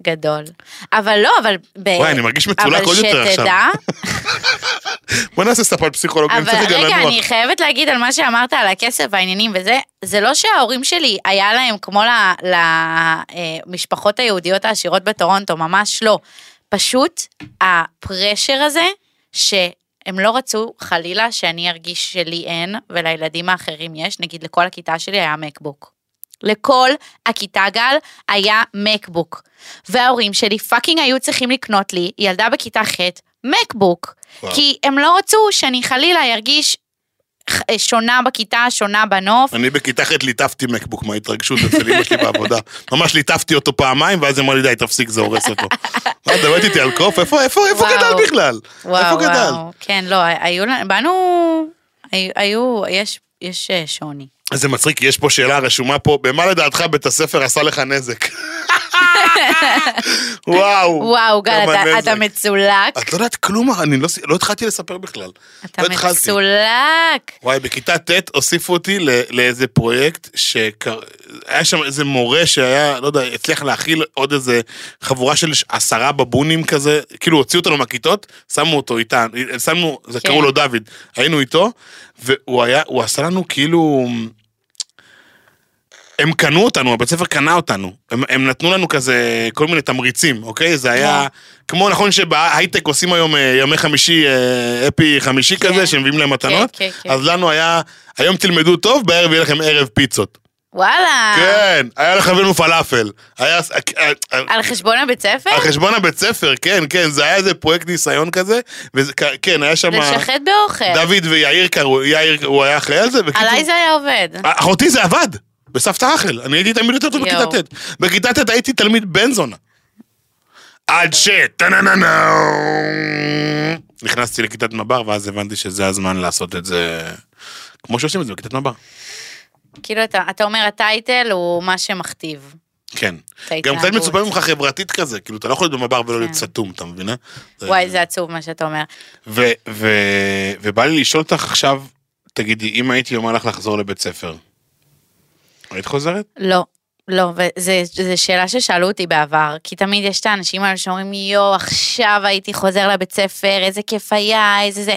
C: גדול. אבל לא, אבל... ב-
B: וואי, אני מרגיש מצולק עוד יותר
C: אבל
B: עכשיו.
C: שתדע,
B: בוא נעשה סטאפ על פסיכולוג, אני
C: אבל
B: צריך רגע
C: רגע,
B: לנוח.
C: אני חייבת להגיד על מה שאמרת על הכסף והעניינים וזה, זה לא שההורים שלי היה להם כמו למשפחות היהודיות העשירות בטורונטו, ממש לא. פשוט הפרשר הזה, שהם לא רצו חלילה שאני ארגיש שלי אין ולילדים האחרים יש, נגיד לכל הכיתה שלי היה מקבוק. לכל הכיתה גל היה מקבוק. וההורים שלי פאקינג היו צריכים לקנות לי, ילדה בכיתה ח', מקבוק.
B: וואו.
C: כי הם לא רצו שאני חלילה ארגיש ח- אה, שונה בכיתה, שונה בנוף.
B: אני בכיתה ח' ליטפתי מקבוק מההתרגשות אצל אמא שלי בעבודה. ממש ליטפתי אותו פעמיים, ואז היא אמרה לי, די, תפסיק, זה הורס אותו. מה, את מדברת איתי על קוף? איפה, איפה, איפה
C: וואו.
B: גדל בכלל? איפה
C: וואו,
B: גדל?
C: וואו. כן, לא, היו לנו, באנו, היו- היו, יש, יש אה, שוני.
B: זה מצחיק, כי יש פה שאלה רשומה פה, במה לדעתך בית הספר עשה לך נזק? וואו.
C: וואו, גל,
B: כמה
C: אתה,
B: נזק.
C: אתה מצולק.
B: לא את לא יודעת כלום, אני לא, לא התחלתי לספר בכלל.
C: אתה
B: לא התחלתי.
C: מצולק.
B: וואי, בכיתה ט' הוסיפו אותי ל- לאיזה פרויקט שקר... היה שם איזה מורה שהיה, לא יודע, הצליח להכיל עוד איזה חבורה של ש- עשרה בבונים כזה, כאילו הוציאו אותנו מהכיתות, שמו אותו איתנו, שמנו, זה
C: כן.
B: קראו לו דוד, היינו איתו, והוא היה, הוא עשה לנו כאילו... הם קנו אותנו, הבית ספר קנה אותנו. הם, הם נתנו לנו כזה כל מיני תמריצים, אוקיי? זה היה...
C: כן.
B: כמו נכון שבהייטק עושים היום אה, ימי חמישי, אה, אפי חמישי
C: כן.
B: כזה, שמביאים להם מתנות.
C: כן, כן.
B: אז לנו היה, היום תלמדו טוב, בערב יהיה לכם ערב פיצות.
C: וואלה.
B: כן, היה לחברנו פלאפל. היה... אה,
C: על חשבון הבית ספר?
B: על חשבון הבית ספר, כן, כן, זה היה איזה פרויקט ניסיון כזה, וכן, היה שם...
C: לשחט באוכל.
B: דוד ויאיר קראו, יאיר, הוא היה אחראי על זה, בקיצור-
C: עליי זה היה עובד.
B: אחותי זה עבד, בסבתא אחל, אני הייתי תלמיד יותר טוב בכיתה
C: יואו.
B: ט'. בכיתה ט' הייתי תלמיד בן זונה. עד ש... טה-נה-נה-נה. נכנסתי לכיתת מב"ר, ואז הבנתי שזה הזמן לעשות את זה כמו שעושים את זה בכיתת מב"ר.
C: כאילו, אתה- אתה אומר, הטייטל הוא מה שמכתיב.
B: כן.
C: את ההתנהגות.
B: גם קצת מצופה ממך חברתית כזה, כאילו, אתה לא יכול להיות במב"ר ולא להיות
C: כן.
B: סתום, אתה מבינה?
C: וואי, זה עצוב מה שאתה אומר.
B: ו- ו- ובא לי לשאול אותך עכשיו, תגידי, אם הייתי אומר לך לחזור לבית ספר, היית חוזרת?
C: לא. לא, וזו שאלה ששאלו אותי בעבר, כי תמיד יש את האנשים האלה שאומרים, יואו, עכשיו הייתי חוזר לבית ספר, איזה כיף היה, איזה זה.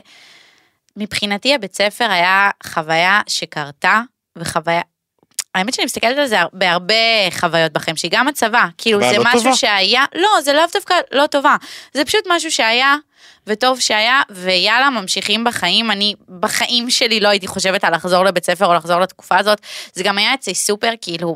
C: מבחינתי הבית ספר היה חוויה שקרתה, וחוויה... האמת שאני מסתכלת על זה הר- בהרבה חוויות בחיים, שהיא גם הצבא, כאילו
B: אבל
C: זה
B: לא
C: משהו
B: טובה.
C: שהיה, לא, זה לאו דווקא לא טובה, זה פשוט משהו שהיה, וטוב שהיה, ויאללה, ממשיכים בחיים. אני בחיים שלי לא הייתי חושבת על לחזור לבית ספר או לחזור לתקופה הזאת. זה גם היה אצלי סופר, כאילו...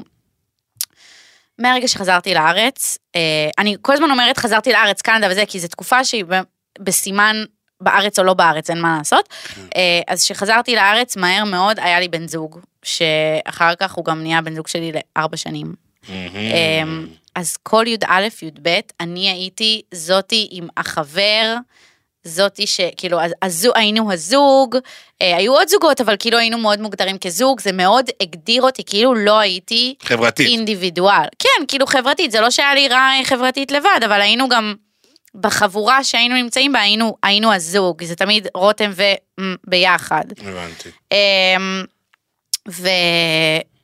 C: מהרגע שחזרתי לארץ, אה, אני כל הזמן אומרת חזרתי לארץ, קנדה וזה, כי זו תקופה שהיא ב- בסימן בארץ או לא בארץ, אין מה לעשות. אה, אז כשחזרתי לארץ, מהר מאוד היה לי בן זוג, שאחר כך הוא גם נהיה בן זוג שלי לארבע שנים.
B: אה.
C: אמ, אז כל י"א, י"ב, אני הייתי זאתי עם החבר, זאתי שכאילו, אז- הזו- היינו הזוג, אה, היו עוד זוגות, אבל כאילו היינו מאוד מוגדרים כזוג, זה מאוד הגדיר אותי, כאילו לא הייתי
B: חברתית.
C: אינדיבידואל. כן, כאילו חברתית, זה לא שהיה לי רע חברתית לבד, אבל היינו גם בחבורה שהיינו נמצאים בה, היינו, היינו הזוג, זה תמיד רותם וביחד.
B: הבנתי.
C: אמ, ו...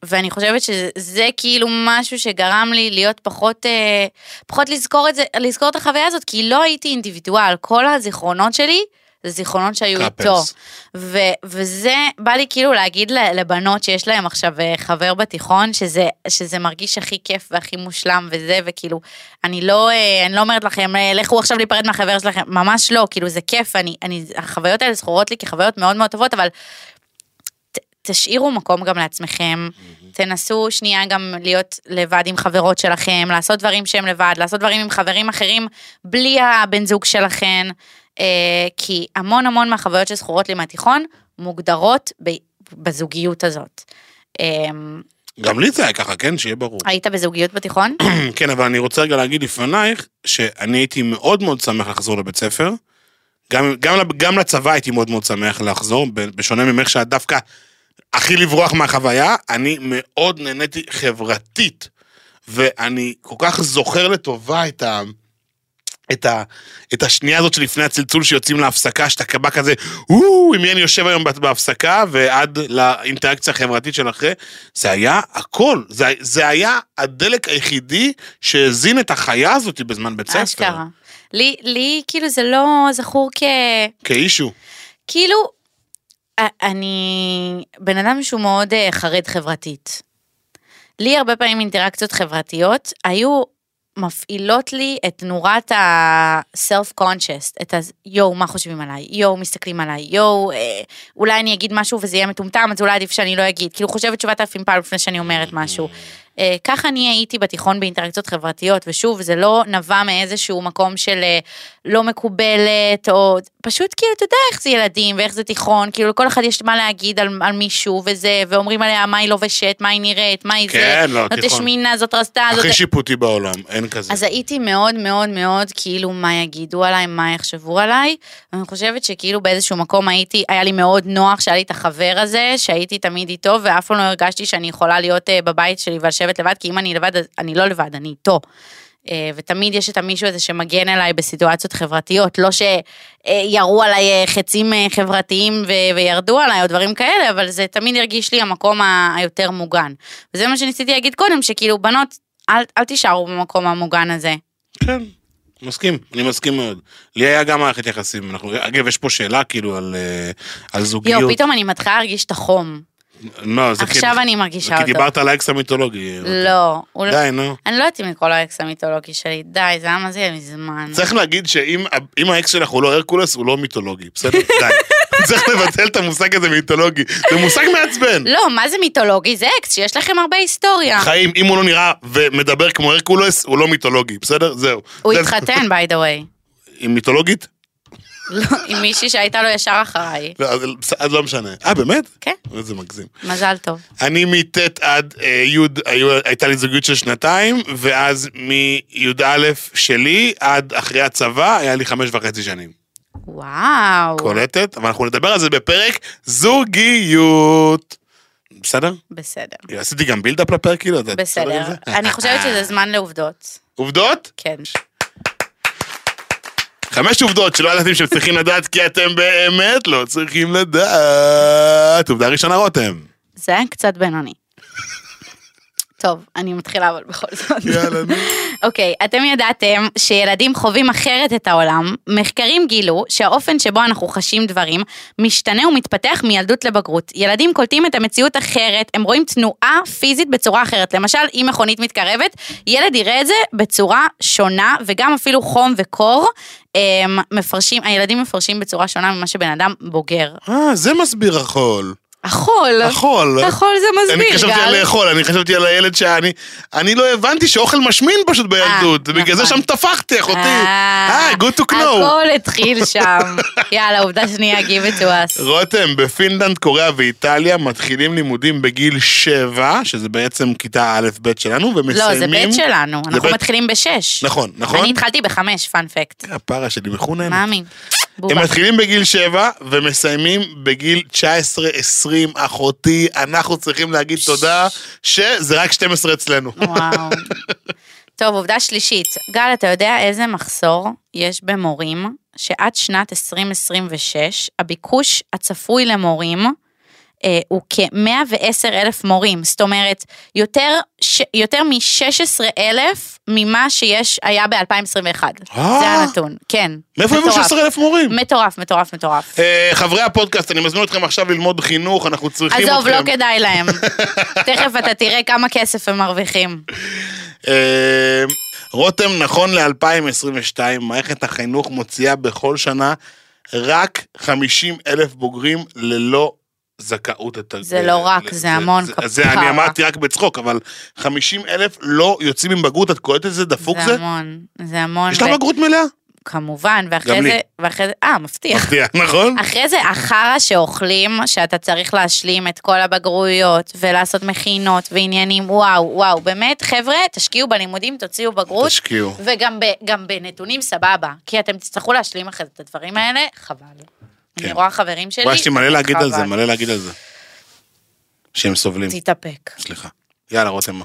C: ואני חושבת שזה כאילו משהו שגרם לי להיות פחות, אה, פחות לזכור את זה, לזכור את החוויה הזאת, כי לא הייתי אינדיבידואל, כל הזיכרונות שלי זה זיכרונות שהיו
B: Couples.
C: איתו. ו, וזה בא לי כאילו להגיד ל- לבנות שיש להם עכשיו אה, חבר בתיכון, שזה, שזה מרגיש הכי כיף והכי מושלם וזה, וכאילו, אני לא, אה, אני לא אומרת לכם, אה, לכו עכשיו להיפרד מהחבר שלכם, ממש לא, כאילו זה כיף, אני, אני, החוויות האלה זכורות לי כחוויות מאוד מאוד טובות, אבל תשאירו מקום גם לעצמכם, תנסו שנייה גם להיות לבד עם חברות שלכם, לעשות דברים שהם לבד, לעשות דברים עם חברים אחרים בלי הבן זוג שלכן, אה, כי המון המון מהחוויות שזכורות לי מהתיכון מוגדרות ב, בזוגיות הזאת. אה,
B: גם לי זה היה ככה, כן? שיהיה ברור.
C: היית בזוגיות בתיכון?
B: כן, אבל אני רוצה רגע להגיד לפנייך, שאני הייתי מאוד מאוד שמח לחזור לבית ספר. גם, גם, לב- גם לצבא הייתי מאוד מאוד שמח לחזור, ב- בשונה ממך שאת דווקא הכי לברוח מהחוויה, אני מאוד נהניתי חברתית. ואני כל כך זוכר לטובה את ה... את, ה, את השנייה הזאת שלפני הצלצול שיוצאים להפסקה, שאתה בא כזה, או, עם מי אני יושב היום בת- בהפסקה, ועד לאינטראקציה החברתית של אחרי, זה היה הכל, זה, זה היה הדלק היחידי שהזין את החיה הזאת בזמן בית ספר.
C: אשכרה. לי, לי כאילו זה לא זכור כ...
B: כאישו.
C: כאילו, א- אני בן אדם שהוא מאוד אה, חרד חברתית. לי הרבה פעמים אינטראקציות חברתיות היו מפעילות לי את נורת ה-self-conscious, את ה-יואו, מה חושבים עליי? יואו, מסתכלים עליי? יואו, אה, אולי אני אגיד משהו וזה יהיה מטומטם, אז אולי עדיף שאני לא אגיד. כאילו, חושבת 7,000 פעם לפני שאני אומרת
B: Mm.
C: משהו. אה, ככה אני הייתי בתיכון באינטראקציות חברתיות, ושוב, זה לא נבע מאיזשהו מקום של אה, לא מקובלת, או פשוט כאילו, אתה יודע איך זה ילדים, ואיך זה תיכון, כאילו, לכל אחד יש מה להגיד על, על מישהו, וזה, ואומרים עליה מה היא לובשת, מה היא נראית, מה היא
B: כן,
C: זה,
B: לא,
C: זאת
B: תיכון.
C: השמינה, זאת רסתה, זאת...
B: הכי שיפוטי בעולם, אין כזה.
C: אז הייתי מאוד מאוד מאוד כאילו מה יגידו עליי, מה יחשבו עליי. אני חושבת שכאילו באיזשהו מקום הייתי, היה לי מאוד נוח שהיה לי את החבר הזה, שהייתי תמיד איתו, ואף פעם לא הרגשתי שאני יכולה להיות אה, בבית שלי ולשבת לבד, כי אם אני לבד, אז אני לא לבד, אני איתו. אה, ותמיד יש את המישהו הזה שמגן עליי בסיטואציות חברתיות, לא שירו עליי אה, חצים אה, חברתיים ו- וירדו עליי או דברים כאלה, אבל זה תמיד הרגיש לי המקום ה- היותר מוגן. וזה מה שניסיתי להגיד קודם, שכאילו, בנות, אל, אל תישארו במקום המוגן הזה.
B: כן, מסכים, אני מסכים מאוד. לי היה גם מערכת יחסים, אנחנו, אגב, יש פה שאלה כאילו על, אה, על זוגיות.
C: יואו, פתאום אני מתחילה להרגיש את החום.
B: לא, זה כי-
C: עכשיו אני מרגישה
B: זה כי
C: אותו.
B: דיברת על האקס המיתולוגי. אוקיי.
C: לא, הוא לא...
B: די, נו.
C: אני לא יודעת אם לקרוא לו האקס המיתולוגי שלי, די, זה היה מה זה יהיה מזמן.
B: צריך להגיד שאם אם האקס שלך הוא לא הרקולס, הוא לא מיתולוגי, בסדר? די. צריך לבטל את המושג הזה מיתולוגי. זה מושג מעצבן.
C: לא, מה זה מיתולוגי? זה אקס, שיש לכם הרבה היסטוריה.
B: חיים, אם הוא לא נראה ומדבר כמו הרקולס, הוא לא מיתולוגי, בסדר? זהו.
C: הוא
B: זה-
C: התחתן, by the way.
B: היא מיתולוגית?
C: לא, עם מישהי שהייתה לו ישר אחריי.
B: לא, אז- אז לא משנה. אה, באמת?
C: כן,
B: איזה מגזים.
C: מזל טוב.
B: אני מט' עד אה, י' היו- הייתה לי זוגיות של שנתיים, ואז מי"א שלי עד אחרי הצבא היה לי חמש וחצי שנים.
C: וואו,
B: קולטת? אבל אנחנו נדבר על זה בפרק זוגיות. בסדר?
C: בסדר.
B: עשיתי גם בילדאפ לפרק, כאילו, אתה בסדר
C: בסדר.
B: עם זה?
C: אני חושבת שזה זמן לעובדות.
B: עובדות?
C: כן.
B: חמש עובדות שלא ידעתם שהם צריכים לדעת, כי אתם באמת לא צריכים לדעת. עובדה ראשונה, רותם.
C: זה היה קצת בינוני. טוב, אני מתחילה אבל בכל זאת.
B: יאללה, נו.
C: אוקיי, אתם ידעתם שילדים חווים אחרת את העולם. מחקרים גילו שהאופן שבו אנחנו חשים דברים משתנה ומתפתח מילדות לבגרות. ילדים קולטים את המציאות אחרת, הם רואים תנועה פיזית בצורה אחרת. למשל, אם מכונית מתקרבת, ילד יראה את זה בצורה שונה, וגם אפילו חום וקור. הם מפרשים, הילדים מפרשים בצורה שונה ממה שבן אדם בוגר.
B: אה, זה מסביר החול.
C: החול.
B: החול.
C: החול זה
B: אני
C: מסביר,
B: חשבתי על
C: גל.
B: לאכול, אני חשבתי על הילד שאני... אני לא הבנתי שאוכל משמין פשוט בילדות,
C: אה,
B: בגלל זה
C: נכון.
B: שם טפחתי, אחותי. אה, good to know.
C: הכל התחיל שם. יאללה, עובדה שנייה, give it to us.
B: רותם, בפינלנד, קוריאה ואיטליה מתחילים לימודים בגיל שבע, שזה בעצם כיתה א' ב' שלנו, ומסיימים...
C: לא, זה בית שלנו,
B: זה
C: אנחנו
B: בית-
C: מתחילים בשש.
B: נכון, נכון?
C: אני התחלתי בחמש, פאנפקט.
B: הפרה שלי מחוננת.
C: מאמי. בובה.
B: הם מתחילים בגיל 7 ומסיימים בגיל 19-20, אחותי, אנחנו צריכים להגיד תודה שזה רק 12 אצלנו.
C: וואו. טוב, עובדה שלישית. גל, אתה יודע איזה מחסור יש במורים שעד שנת 2026, הביקוש הצפוי למורים אה, הוא כ-110 אלף מורים. זאת אומרת, יותר, ש... יותר מ-16 אלף ממה שיש היה ב-2021.
B: אה.
C: זה הנתון, כן.
B: מאיפה הם
C: מטורף.
B: 16,000 מורים?
C: מטורף, מטורף, מטורף.
B: אה, חברי הפודקאסט, אני מזמין אתכם עכשיו ללמוד חינוך, אנחנו צריכים
C: עזוב, לא
B: אתכם.
C: כדאי להם. תכף אתה תראה כמה כסף הם מרוויחים.
B: אה, רותם, נכון ל-2022, מערכת החינוך מוציאה בכל שנה רק 50 אלף בוגרים ללא זכאות את ה-
C: זה לא רק, זה המון
B: זה, זה אני
C: כפרה.
B: אמרתי רק בצחוק, אבל 50 אלף לא יוצאים עם בגרות, את קולטת את זה? דפוק זה?
C: זה המון, זה המון.
B: יש לך
C: ו-
B: בגרות מלאה?
C: כמובן,
B: גם
C: ואחרי
B: לי.
C: זה, ואחרי זה, אה, מבטיח.
B: מפתיע, נכון?
C: אחרי זה, החרא שאוכלים, שאתה צריך להשלים את כל הבגרויות, ולעשות מכינות ועניינים, וואו, וואו, באמת, חבר'ה, תשקיעו בלימודים, תוציאו בגרות,
B: תשקיעו.
C: וגם ב, גם בנתונים סבבה, כי אתם תצטרכו להשלים אחרי זה את הדברים האלה, חבל.
B: כן.
C: אני רואה חברים שלי,
B: וואי, יש לי מלא להגיד על זה,
C: חבל.
B: מלא להגיד על זה. שהם סובלים,
C: תתאפק.
B: סליחה. יאללה, רותם.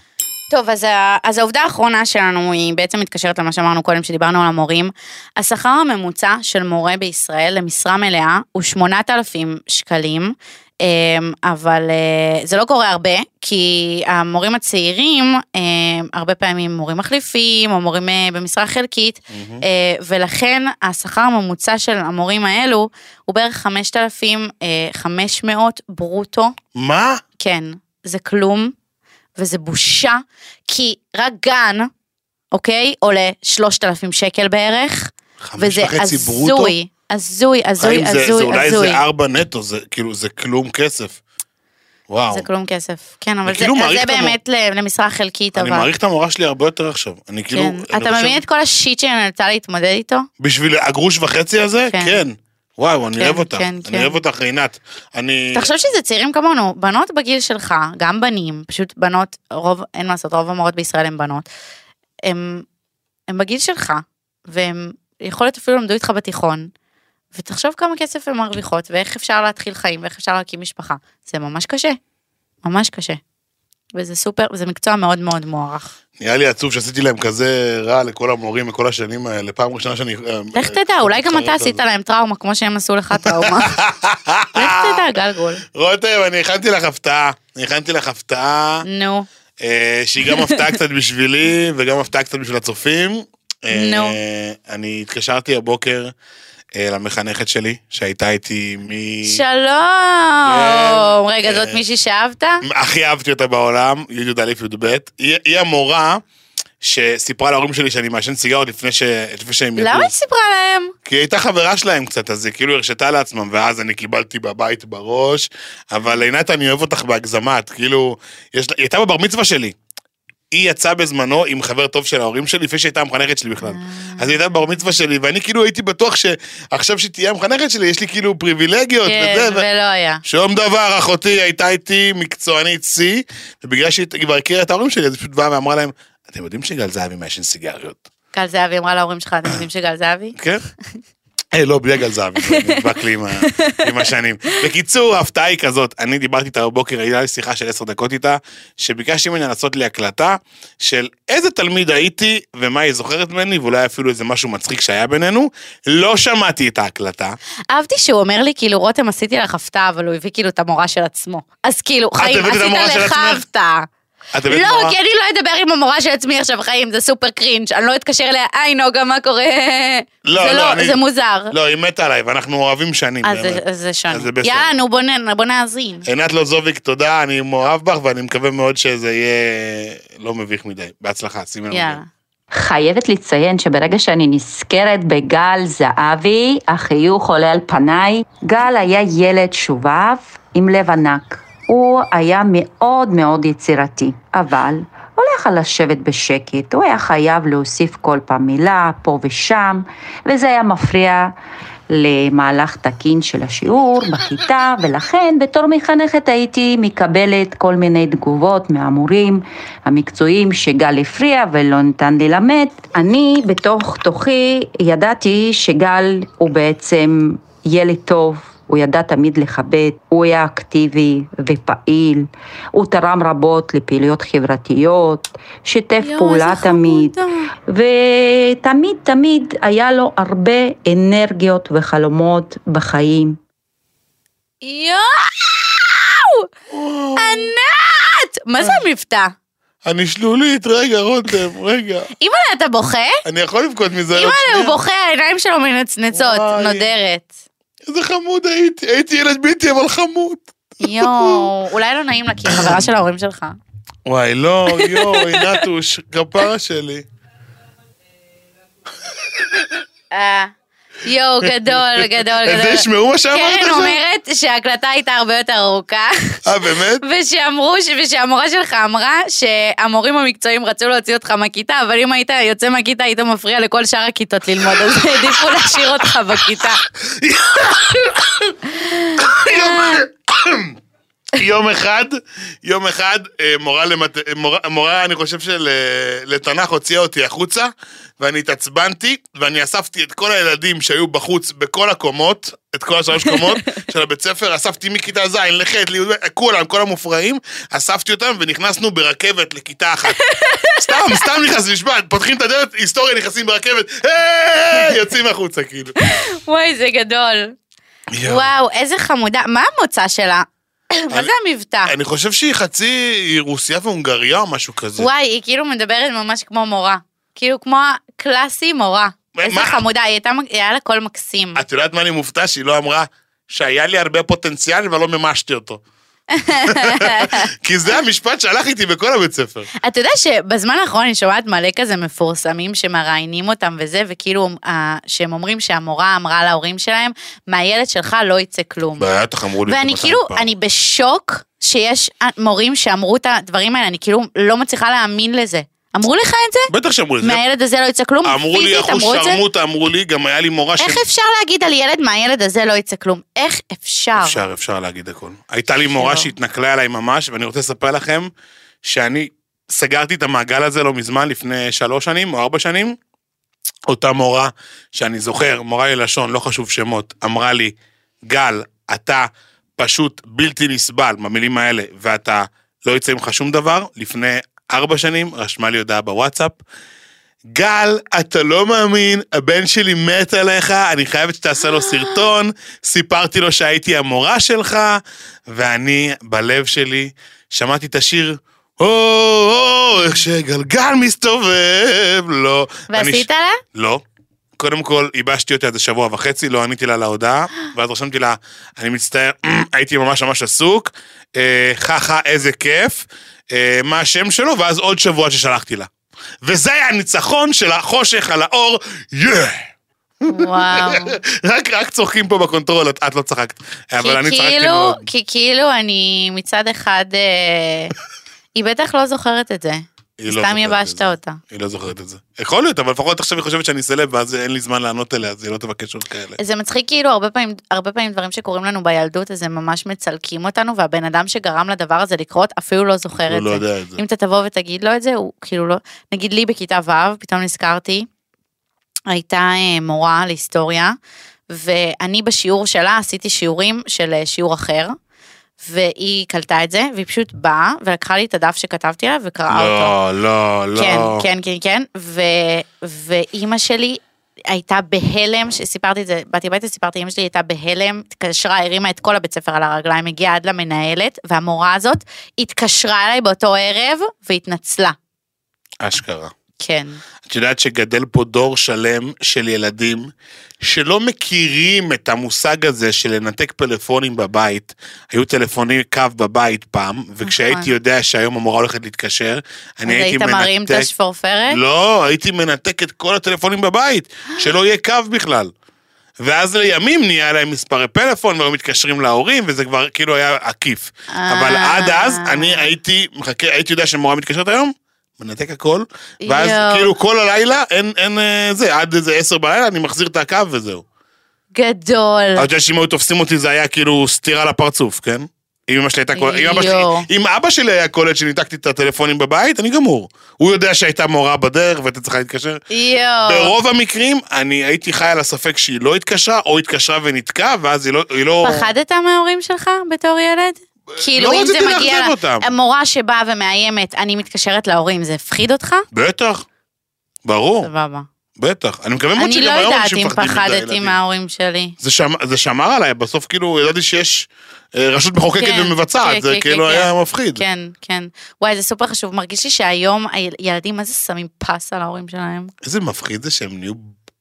C: טוב, אז, ה- אז העובדה האחרונה שלנו היא בעצם מתקשרת למה שאמרנו קודם, שדיברנו על המורים. השכר הממוצע של מורה בישראל למשרה מלאה הוא 8,000 שקלים, אמ, אבל אה, זה לא קורה הרבה, כי המורים הצעירים, אמ, הרבה פעמים מורים מחליפים, או מורים אה, במשרה חלקית, אה, ולכן השכר הממוצע של המורים האלו הוא בערך 5,500 ברוטו.
B: מה?
C: כן, זה כלום, וזה בושה, כי רק גן, אוקיי, עולה 3,000 שקל בערך,
B: חמש
C: וזה
B: וחצי ברוטו?
C: הזוי, הזוי, הזוי,
B: חיים, זה- זה
C: הזוי,
B: אולי
C: הזוי.
B: זה ארבע נטו, זה כאילו, זה כלום כסף. וואו.
C: זה כלום כסף, כן, אבל
B: אני
C: זה,
B: כאילו
C: אז
B: מעריך
C: זה
B: את המור-
C: באמת ל- למשרה חלקית,
B: אני
C: אבל.
B: מעריך את המורה שלי הרבה יותר עכשיו. אני כאילו,
C: כן.
B: אני
C: אתה
B: חושב-
C: מבין את כל השיט שאני נאלצה להתמודד איתו?
B: בשביל הגרוש וחצי הזה?
C: כן.
B: כן. וואו, אני
C: כן,
B: אוהב אותך.
C: כן, כן.
B: אני אוהב אותך, עינת. אני...
C: תחשוב שזה צעירים כמונו, בנות בגיל שלך, גם בנים, פשוט בנות, רוב, אין מה לעשות, רוב המורות בישראל הן בנות, הם, הם בגיל שלך, והם יכול להיות אפילו למדו איתך בתיכון, ותחשוב כמה כסף הן מרוויחות, ואיך אפשר להתחיל חיים, ואיך אפשר להקים משפחה. זה ממש קשה, ממש קשה. וזה סופר, זה מקצוע מאוד מאוד מוערך.
B: נראה לי עצוב שעשיתי להם כזה רע לכל המורים וכל השנים האלה. פעם ראשונה שאני... אה,
C: לך תדע, אולי גם אתה עשית להם טראומה כמו שהם עשו לך טראומה. לך תדע, גלגול.
B: רותם, אני הכנתי לך הפתעה. אני הכנתי לך הפתעה,
C: נו,
B: אה, שהיא גם הפתעה קצת בשבילי, וגם הפתעה קצת בשביל הצופים. אה,
C: נו.
B: אני התקשרתי הבוקר אה, למחנכת שלי, שהייתה איתי מ...
C: שלום!
B: כן,
C: רגע,
B: כן.
C: זאת מישהי שאהבת?
B: הכי אהבתי אותה בעולם, י"א י"ב. היא היא המורה שסיפרה להורים שלי שאני מעשן סיגרות לפני ש- לפני שהם ידעו.
C: למה היא סיפרה להם?
B: כי היא הייתה חברה שלהם קצת, אז היא כאילו הרשתה לעצמם, ואז אני קיבלתי בבית בראש. אבל עינת, אני אוהב אותך בהגזמה, את כאילו... יש... לה- היא הייתה בבר מצווה שלי. היא יצאה בזמנו עם חבר טוב של ההורים שלי, לפני שהייתה המחנכת שלי בכלל. אז היא הייתה בבר מצווה שלי, ואני כאילו הייתי בטוח שעכשיו שתהיה המחנכת שלי, יש לי כאילו פריבילגיות
C: כן,
B: וזה. ו-
C: ולא היה.
B: שום דבר, אחותי הייתה איתי מקצוענית שיא, ובגלל שהיא כבר הכירה את ההורים שלי, אז היא פשוט באה ואמרה להם, אתם יודעים שגל זהבי מעשן סיגריות,
C: גל זהבי אמרה להורים שלך, אתם יודעים שגל זהבי?
B: כן? אה, לא, בלי גל זהבי, זה נדבק לי עם ה- עם השנים. בקיצור, ההפתעה היא כזאת, אני דיברתי איתה בבוקר, הייתה לי שיחה של עשר דקות איתה, שביקשתי ממנה לעשות לי הקלטה של איזה תלמיד הייתי, ומה היא זוכרת ממני, ואולי אפילו איזה משהו מצחיק שהיה בינינו. לא שמעתי את ההקלטה.
C: אהבתי שהוא אומר לי, כאילו, רותם, עשיתי לך הפתעה, אבל הוא הביא כאילו את המורה של עצמו. אז כאילו, חיים,
B: אה, הבאת את המורה
C: עשית
B: של
C: לך
B: עצמך?
C: הפתעה.
B: את הבאת
C: לא,
B: נורא-
C: כי אני לא אדבר עם המורה של עצמי עכשיו, חיים, זה סופר קרינג', אני לא אתקשר אליה, היי נוגה, מה קורה?
B: לא,
C: זה
B: לא, אני-
C: זה מוזר.
B: לא, היא מתה עליי, ואנחנו אוהבים שנים.
C: אז זה-
B: באמת.
C: אז זה שונה.
B: אז זה בסדר. כן,
C: יאללה, נו, בוא נ- בוא נאזין.
B: עינת לוזוביק, תודה, אני מאוהב בך, ואני מקווה מאוד שזה יהיה לא מביך מדי. בהצלחה, שימי לנו.
C: יאללה.
D: חייבת לציין שברגע שאני נזכרת בגל זהבי, החיוך עולה על פניי. גל היה ילד שובב עם לב ענק. הוא היה מאוד מאוד יצירתי, אבל הוא לא יכול לשבת בשקט, הוא היה חייב להוסיף כל פעם מילה פה ושם, וזה היה מפריע למהלך תקין של השיעור בכיתה, ולכן בתור מחנכת הייתי מקבלת כל מיני תגובות מהמורים המקצועיים שגל הפריע ולא ניתן ללמד. אני בתוך תוכי ידעתי שגל הוא בעצם ילד טוב. הוא ידע תמיד לכבד, הוא היה אקטיבי ופעיל, הוא תרם רבות לפעילויות חברתיות, שיתף
C: יואו,
D: פעולה
C: איזה
D: תמיד.
C: חמודה.
D: ותמיד תמיד היה לו הרבה אנרגיות וחלומות בחיים.
C: יואו! ענת! מה זה המבטא?
B: אני שלולית, רגע, רותם, רגע.
C: אימא'לה, אתה בוכה?
B: אני יכול לבכות מזה. עוד
C: אימא'לה, הוא
B: שנייה.
C: בוכה, העיניים שלו מנצנצות,
B: לא וואי.
C: נודרת.
B: איזה חמוד הייתי, הייתי ילד בלתי אבל חמוד.
C: יואו, אולי לא נעים לה, כי היא חברה של ההורים שלך.
B: וואי, לא, יואו, עינתוש, כפרה שלי.
C: אה, יואו, גדול, גדול,
B: אז זה
C: גדול.
B: ישמעו מה שאמרת
C: קרן
B: עכשיו?
C: אומרת שההקלטה הייתה הרבה יותר ארוכה,
B: אה, באמת?
C: ושאמרו, ש- ושהמורה שלך אמרה שהמורים המקצועיים רצו להוציא אותך מהכיתה, אבל אם היית יוצא מהכיתה היית מפריע לכל שאר הכיתות ללמוד, אז העדיפו להשאיר אותך בכיתה.
B: יום אחד, יום אחד, אה, מורה, למת... מורה, מורה, אני חושב של אה, לתנ"ך הוציאה אותי החוצה, ואני התעצבנתי, ואני אספתי את כל הילדים שהיו בחוץ בכל הקומות, את כל השלוש קומות של הבית ספר, אספתי מכיתה ז', לח', לי', כולם, כל המופרעים, אספתי אותם ונכנסנו ברכבת לכיתה אחת. סתם, סתם נכנס, נשמע, פותחים את הדלת, היסטוריה, נכנסים ברכבת, "היי!" יוצאים החוצה, כאילו.
C: וואי, זה גדול. וואו, איזה חמודה. מה המוצא שלה? מה זה המבטא?
B: אני חושב שהיא חצי היא רוסיה והונגריה או משהו כזה.
C: וואי, היא כאילו מדברת ממש כמו מורה. כאילו כמו הקלאסי מורה.
B: מה-
C: איזה
B: מה-
C: חמודה, היא הייתה, היה לה קול מקסים.
B: את יודעת מה אני מופתע? שהיא לא אמרה שהיה לי הרבה פוטנציאל ולא מימשתי אותו. כי זה המשפט שהלך איתי בכל הבית ספר.
C: אתה יודע שבזמן האחרון אני שומעת מלא כזה מפורסמים שמראיינים אותם וזה, וכאילו אה, שהם אומרים שהמורה אמרה להורים שלהם, מהילד שלך לא יצא כלום.
B: בטח אמרו לי.
C: ואני כאילו, אני בשוק שיש מורים שאמרו את הדברים האלה, אני כאילו לא מצליחה להאמין לזה. אמרו לך את זה?
B: בטח שאמרו לי.
C: מהילד הזה לא יצא כלום?
B: אמרו לי
C: פיזית אמרו את זה?
B: אחושרמוטה, אמרו לי, גם היה לי מורה ש...
C: איך אפשר להגיד על ילד מהילד הזה לא יצא כלום? איך אפשר?
B: אפשר, אפשר להגיד הכל. הייתה לי מורה
C: שלא.
B: שהתנכלה עליי ממש, ואני רוצה לספר לכם שאני סגרתי את המעגל הזה לא מזמן, לפני שלוש שנים או ארבע שנים. אותה מורה שאני זוכר, מורה ללשון, לא חשוב שמות, אמרה לי, גל, אתה פשוט בלתי נסבל במילים האלה, ואתה לא יצא ממך שום דבר, לפני ארבע שנים רשמה לי הודעה בוואטסאפ. גל, אתה לא מאמין, הבן שלי מת עליך, אני חייבת שתעשה לו סרטון, סיפרתי לו שהייתי המורה שלך, ואני, בלב שלי, שמעתי את השיר, או, או, איך שגלגל מסתובב, לא. אני ש-
C: ועשית לה?
B: לא. קודם כל, ייבשתי אותה איזה שבוע וחצי, לא עניתי לה להודעה, ואז רשמתי לה, אני מצטער, הייתי ממש ממש עסוק, אה, חכה, איזה כיף, אה, מה השם שלו, ואז עוד שבוע ששלחתי לה. וזה היה הניצחון של החושך על האור, יא!
C: וואו.
B: רק, רק צוחקים פה בקונטרול, את, את לא צחקת. אבל אני
C: כי
B: צחקתי
C: כאילו,
B: מאוד.
C: כי כאילו אני מצד אחד, אה, היא בטח לא זוכרת את זה.
B: היא לא
C: סתם
B: זוכרת את
C: יבשת
B: זה.
C: אותה.
B: היא לא זוכרת את זה. יכול להיות, אבל לפחות עכשיו היא חושבת שאני סלב, ואז אין לי זמן לענות אליה, אז היא לא תבקש עוד כאלה.
C: זה מצחיק כאילו הרבה פעמים, הרבה פעמים דברים שקורים לנו בילדות, אז הם ממש מצלקים אותנו, והבן אדם שגרם לדבר הזה לקרות אפילו לא זוכר
B: הוא
C: את
B: לא
C: זה.
B: יודע את זה.
C: אם אתה תבוא ותגיד לו את זה, הוא כאילו לא... נגיד לי בכיתה ו', פתאום נזכרתי, הייתה אה, מורה להיסטוריה, ואני בשיעור שלה עשיתי שיעורים של אה, שיעור אחר, והיא קלטה את זה, והיא פשוט באה ולקחה לי את הדף שכתבתי לה וקראה אותו.
B: לא, לא, לא.
C: כן, כן, כן, כן, ו, ואימא שלי הייתה בהלם, שסיפרתי את זה, באתי הביתה, סיפרתי, אימא שלי הייתה בהלם, התקשרה, הרימה את כל הבית ספר על הרגליים, הגיעה עד למנהלת, והמורה הזאת התקשרה אליי באותו ערב, והתנצלה.
B: אשכרה.
C: כן.
B: את יודעת שגדל פה דור שלם של ילדים שלא מכירים את המושג הזה של לנתק פלאפונים בבית. היו טלפונים קו בבית פעם, וכשהייתי יודע שהיום המורה הולכת להתקשר,
C: נכון. אז
B: אני הייתי
C: היית
B: מנתק...
C: מרים את השפורפרת?
B: לא, הייתי מנתק את כל הטלפונים בבית, שלא יהיה קו בכלל. ואז לימים נהיה להם מספרי פלאפון, והיו מתקשרים להורים, וזה כבר כאילו היה עקיף. אבל
C: אה.
B: עד אז, אני הייתי מחכה, הייתי יודע שמורה מתקשרת היום, מנתק הכל, ואז
C: יואו.
B: כאילו כל הלילה, אין, אין אה, זה, עד איזה עשר בלילה, אני מחזיר את הקו וזהו.
C: אה. גדול.
B: אתה יודע שאם היו תופסים אותי זה היה כאילו סטירה לפרצוף, כן? אם אמא שלי הייתה קולט, אם אבא שלי-
C: יואו.
B: אם אבא שלי היה קולט שניתקתי את הטלפונים בבית, אני גמור. הוא יודע שהייתה מורה בדרך והייתה צריכה להתקשר.
C: יואו.
B: ברוב המקרים, אני הייתי חי על הספק שהיא לא התקשרה, או התקשרה ונתקעה, ואז היא לא... היא לא...
C: פחדת מההורים שלך בתור ילד? כאילו אם זה
B: רציתי
C: מגיע, אמ-
B: לאכזב אותם.
C: המורה שבאה ומאיימת, אני מתקשרת להורים, זה הפחיד אותך?
B: בטח. ברור,
C: סבבה.
B: בטח. אני מקווה מאוד
C: אני לא
B: שגם היום
C: יודעת
B: אנשים
C: אם
B: מפחדים מזה,
C: פחדתי
B: הילדים.
C: מההורים שלי.
B: זה שמ- זה שמר עליי, בסוף כאילו ידעתי שיש אה, רשות מחוקקת
C: כן, כן,
B: ומבצעת, זה
C: כן,
B: כאילו
C: כן,
B: היה מפחיד.
C: כן, כן. וואי, זה סופר חשוב. מרגיש לי שהיום הילדים, מה זה שמים פס על ההורים שלהם?
B: איזה מפחיד זה שהם נהיו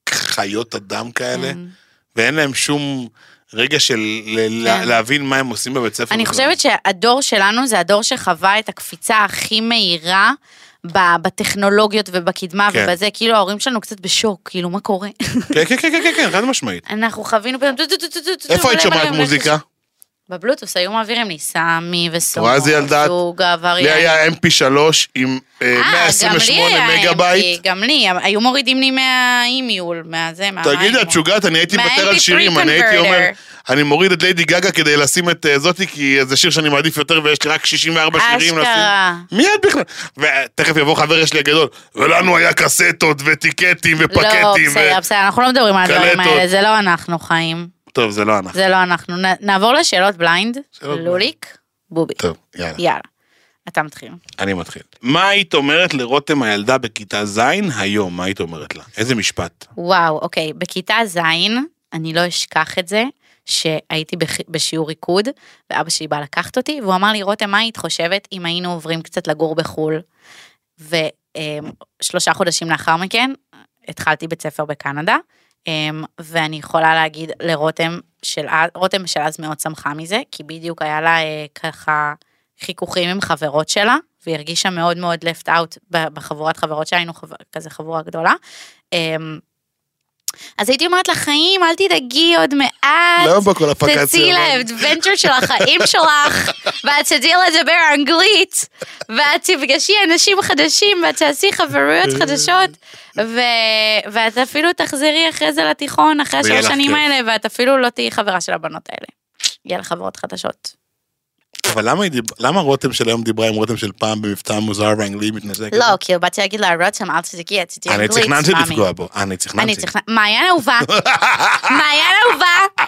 B: חיות אדם כאלה,
C: כן.
B: ואין להם שום רגע של ל-
C: כן.
B: להבין מה הם עושים בבית ספר.
C: אני
B: בכלל.
C: חושבת שהדור שלנו זה הדור שחווה את הקפיצה הכי מהירה. ב- בטכנולוגיות ובקדמה
B: כן.
C: ובזה, כאילו ההורים שלנו קצת בשוק, כאילו מה קורה?
B: כן, כן, כן, כן, כן, כן, חד משמעית.
C: אנחנו חווינו פתאום... טו- טו- טו- טו- טו- טו-
B: איפה היית
C: מלא
B: שומעת
C: מלא מלא
B: מוזיקה?
C: בבלוטוס היו מעבירים לי סמי וסומו,
B: רואה איזה ילדה את?
C: זוג
B: לי
C: עבריין.
B: היה mp3 עם אה,
C: אה, גם לי
B: 128
C: היה
B: מגה בייט.
C: MP, גם לי, היו מורידים לי מהאימיול, מהזה, מה...
B: תגידי, את שוגעת, אני הייתי
C: מה-
B: מוותר על
C: MP3
B: שירים, אני הייתי אומר,
C: converter.
B: אני מוריד את ליידי גגה כדי לשים את אה, זאתי, כי זה שיר שאני מעדיף יותר ויש לי רק 64 שירים לשים.
C: אשכרה.
B: מיד בכלל. ותכף יבוא חבר שלי הגדול, ולנו היה קסטות וטיקטים
C: לא,
B: ופקטים. ו-"
C: בסדר, בסדר, אנחנו לא מדברים על הדברים
B: קלטות.
C: האלה, זה לא אנחנו חיים,
B: טוב, זה לא אנחנו.
C: זה לא אנחנו. נ- נעבור לשאלות בליינד,
B: שאלות
C: לוליק, בובי.
B: טוב, יאללה.
C: יאללה, אתה מתחיל.
B: אני מתחיל. מה היית אומרת לרותם הילדה בכיתה ז' היום? מה היית אומרת לה? איזה משפט?
C: וואו, אוקיי, בכיתה ז', אני לא אשכח את זה, שהייתי בח- בשיעור ריקוד, ואבא שלי בא לקחת אותי, והוא אמר לי, רותם, מה היית חושבת אם היינו עוברים קצת לגור בחו"ל? ושלושה חודשים לאחר מכן, התחלתי בית ספר בקנדה, אמ, ואני יכולה להגיד לרותם של אז, רותם של אז מאוד שמחה מזה, כי בדיוק היה לה אה, ככה חיכוכים עם חברות שלה, והיא הרגישה מאוד מאוד left out ב- בחבורת חברות שלה, היינו חבר, כזה חבורה גדולה. אמ, אז הייתי אומרת לחיים, אל תדאגי עוד מעט.
B: למה בכל הפקה
C: תצאי לאדוונצ'ר של החיים שלך, ואת תדעי לדבר אנגלית, ואת תפגשי אנשים חדשים, ואת תעשי חברויות חדשות, ו- ואת אפילו תחזרי אחרי זה לתיכון, אחרי
B: ויהיה
C: השלוש
B: לך
C: שנים
B: כיף.
C: האלה, ואת אפילו לא תהיי חברה של הבנות האלה. יהיה לך חברות חדשות.
B: אבל למה, היא דיב... למה רותם של היום דיברה עם רותם של פעם במבטא מוזר ואנגלי מתנזק?
C: לא, כאילו, באתי להגיד לה, רותם, אל תדאגי, את תדעי
B: אני
C: אנגלית,
B: תכננתי
C: מאמי."
B: לפגוע בו, אני
C: אני
B: תכננתי.
C: תכננתי, מעיין אהובה, מעיין אהובה,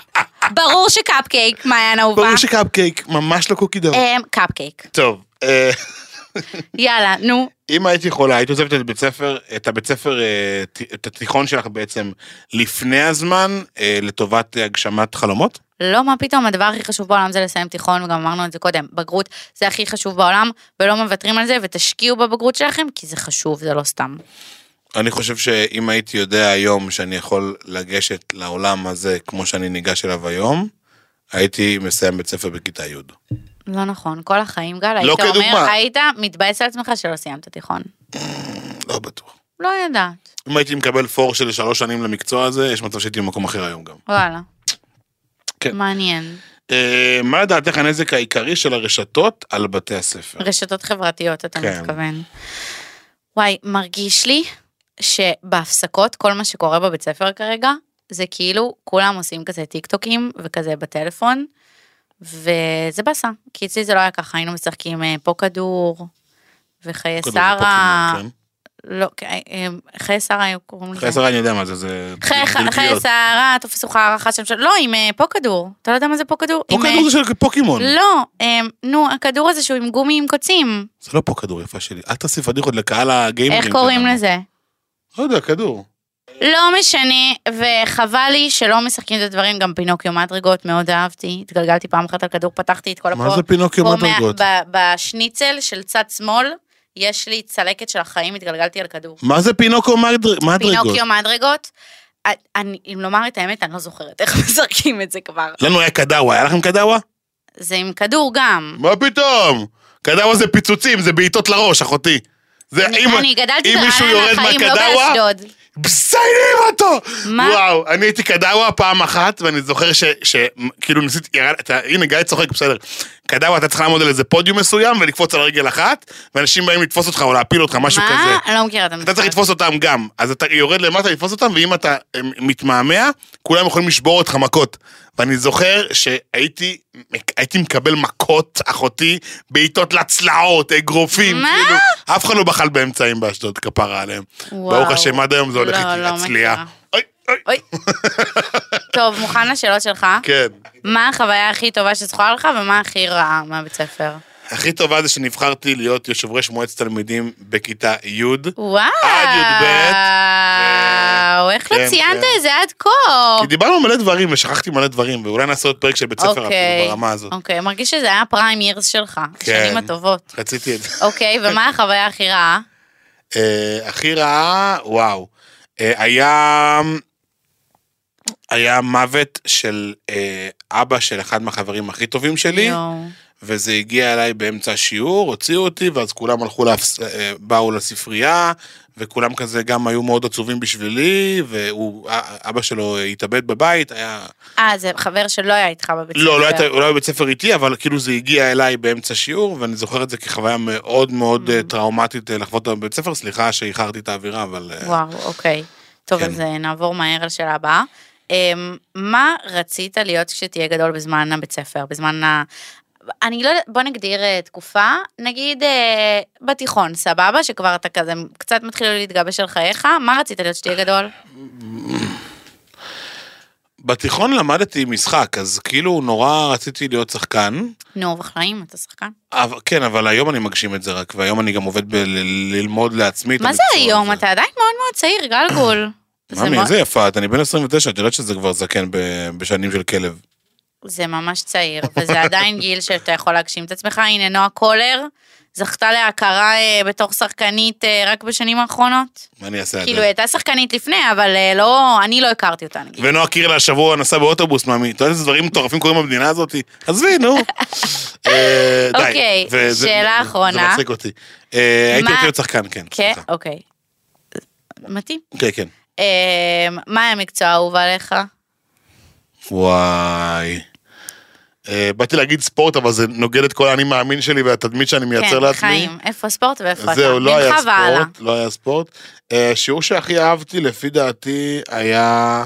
C: ברור שקפקייק, מעיין אהובה.
B: ברור שקפקייק ממש לא קוקי דו.
C: אמ, קפקייק.
B: טוב, אה,
C: יאללה, נו.
B: אם היית יכולה, היית עוזבת את בית ספר, את הבית ספר, אה, ת- את התיכון שלך בעצם לפני הזמן, אה, לטובת אה, הגשמת חלומות?
C: לא, מה פתאום, הדבר הכי חשוב בעולם זה לסיים תיכון, וגם אמרנו את זה קודם, בגרות זה הכי חשוב בעולם, ולא מוותרים על זה, ותשקיעו בבגרות שלכם, כי זה חשוב, זה לא סתם.
B: אני חושב שאם הייתי יודע היום שאני יכול לגשת לעולם הזה כמו שאני ניגש אליו היום, הייתי מסיים בית ספר בכיתה י'.
C: לא נכון, כל החיים, גל,
B: לא
C: היית אומר,
B: כדוגמה.
C: היית מתבאס על עצמך שלא סיימת תיכון.
B: לא בטוח.
C: לא ידעת,
B: אם הייתי מקבל פור של שלוש שנים למקצוע הזה, יש מצב שהייתי במקום אחר היום גם.
C: וואלה.
B: כן.
C: מעניין.
B: אה, מה לדעתך הנזק העיקרי של הרשתות על בתי הספר?
C: רשתות חברתיות, אתה
B: כן.
C: מתכוון. וואי, מרגיש לי שבהפסקות, כל מה שקורה בבית ספר כרגע, זה כאילו כולם עושים כזה טיקטוקים וכזה בטלפון, וזה באסה, כי אצלי זה לא היה ככה, היינו משחקים אה, פה כדור, וחיי
B: כדור
C: שרה,
B: ופוקימון,
C: לא, אה, אה, חיי שרה היו קוראים
B: כן? חיי
C: לזה.
B: שרה אני יודע מה זה, זה
C: חיי ח- חיי
B: גלגיליות.
C: סערה, תופס לך הערכה שם, של- לא, עם אה, פה כדור. אתה לא יודע מה זה פה כדור?
B: פה
C: עם, אה,
B: כדור זה של פוקימון.
C: לא, אה, נו, הכדור הזה שהוא עם גומי עם קוצים.
B: זה לא פה כדור יפה שלי. אל תעשי פדיחות לקהל הגיימרים.
C: איך קוראים
B: שלנו.
C: לזה?
B: לא יודע, כדור.
C: לא משנה, וחבל לי שלא משחקים את הדברים, גם פינוקיו מדרגות, מאוד אהבתי. התגלגלתי פעם אחת על כדור, פתחתי את כל
B: מה זה
C: הפור.
B: פינוקיו
C: לא פה
B: מדרגות?
C: מה- ב- בשניצל של צד שמאל, יש לי צלקת של החיים, התגלגלתי על כדור.
B: מה זה פינוקיו מדרג- מדרגות?
C: פינוקיו מדרגות. אני, אם לומר את האמת, אני לא זוכרת איך משחקים את זה כבר.
B: לנו היה קדאווה, היה לכם קדאווה?
C: זה עם כדור גם.
B: מה פתאום? קדאווה זה פיצוצים, זה בעיטות לראש, אחותי. זה
C: אני-
B: אם-
C: אני גדלתי
B: אם מישהו יורד
C: ברעננה חיים, לא
B: מהקדאווה,
C: באשדוד.
B: מסיילים אותו!
C: מה?
B: וואו, אני הייתי קדאווה פעם אחת, ואני זוכר ש... ש- כאילו ניסיתי, ירד, אתה- הנה גיא צוחק, בסדר. קדאווה, אתה צריך לעמוד על איזה פודיום מסוים ולקפוץ על רגל אחת, ואנשים באים לתפוס אותך או להפיל אותך, משהו כזה.
C: מה? אני לא מכירה את המשחק.
B: אתה צריך לתפוס אותם גם, אז אתה יורד למטה לתפוס אותם, ואם אתה אה, מתמהמה, כולם יכולים לשבור אותך מכות. ואני זוכר שהייתי הייתי מקבל מכות, אחותי, בעיטות לצלעות, אגרופים,
C: מה?
B: כאילו, אף אחד לא בחל באמצעים באשדוד, כפרה עליהם.
C: וואו.
B: ברוך השם, עד היום זה הולך
C: לא,
B: איתי
C: לא
B: לצליעה.
C: מכירה.
B: אוי, אוי,
C: אוי. טוב, מוכן לשאלות שלך?
B: כן.
C: מה החוויה הכי טובה שזכורה לך ומה הכי רעה מהבית ספר?
B: הכי טובה זה שנבחרתי להיות יושב ראש מועצת תלמידים בכיתה י'.
C: וואו.
B: עד י"ב.
C: וואו, איך לא
B: כן,
C: ציינת
B: כן.
C: את זה עד כה?
B: כי דיברנו מלא דברים ושכחתי מלא דברים, ואולי נעשה עוד פרק של בית ספר אפילו ברמה הזאת.
C: אוקיי, מרגיש שזה היה פריים ירס שלך.
B: כן.
C: השנים הטובות.
B: רציתי את זה.
C: אוקיי, ומה החוויה הכי רעה?
B: אה, הכי רעה, וואו. אה, היה... היה מוות של אה, אבא של אחד מהחברים הכי טובים שלי,
C: יואו.
B: וזה הגיע אליי באמצע השיעור, הוציאו אותי, ואז כולם הלכו, להפס... אה, באו לספרייה, וכולם כזה גם היו מאוד עצובים בשבילי, והוא, אה, אבא שלו התאבד בבית, היה...
C: אה, זה חבר שלא היה איתך בבית ספר.
B: לא, לא הייתה, הוא לא היה בבית ספר איתי, אבל כאילו זה הגיע אליי באמצע שיעור, ואני זוכר את זה כחוויה מאוד מאוד
C: Mm.
B: אה, טראומטית אה, לחוות אותה בבית ספר, סליחה שאיחרתי את האווירה, אבל... אה,
C: וואו, אוקיי. טוב,
B: כן.
C: אז אה, נעבור מהר לשאלה הבאה. אמ, מה רצית להיות כשתהיה גדול בזמן הבית ספר? בזמן ה... אני לא יודעת, בוא נגדיר אה, תקופה, נגיד אה, בתיכון, סבבה? שכבר אתה כזה קצת מתחיל להתגבש על חייך, מה רצית להיות כשתהיה גדול?
B: בתיכון למדתי משחק, אז כאילו נורא רציתי להיות שחקן.
C: נו, בחיים, אתה שחקן.
B: אבל, כן, אבל היום אני מגשים את זה רק, והיום אני גם עובד בללמוד לעצמי את
C: מה זה
B: המקצוע
C: היום?
B: הזה.
C: אתה עדיין מאוד מאוד צעיר, גלגול. זה
B: ממי,
C: מאוד-
B: איזה יפה, את, אני בן 29, את יודעת שזה כבר זקן ב- בשנים של כלב.
C: זה ממש צעיר, וזה עדיין גיל שאתה יכול להגשים את עצמך. הנה, נועה קולר זכתה להכרה אה, בתור שחקנית אה, רק בשנים האחרונות.
B: מה אני אעשה?
C: כאילו,
B: עד
C: היא
B: אז?
C: הייתה שחקנית לפני, אבל אה, לא, אני לא הכרתי אותה, נגיד.
B: ונועה קירלה השבוע נסע באוטובוס, ממי. אתה יודע איזה דברים מטורפים קורים במדינה הזאת? עזבי, נו. אה, די.
C: אוקיי,
B: וזה-
C: שאלה
B: זה- זה
C: אחרונה.
B: מצחיק אותי. אה, הייתי
C: מה-
B: רוצה להיות שחקן, כן.
C: כן?
B: סליחה.
C: אוקיי. מתאים.
B: כן, כן.
C: אה, מה המקצוע האהוב עליך?
B: וואי. אה, באתי להגיד ספורט, אבל זה נוגד את כל האני מאמין שלי והתדמית שאני מייצר
C: כן,
B: לעצמי.
C: חיים, איפה ספורט ואיפה אתה.
B: זהו, לא
C: ממך
B: היה
C: והלאה.
B: ספורט, לא היה ספורט. אה, שיעור שהכי אהבתי, לפי דעתי, היה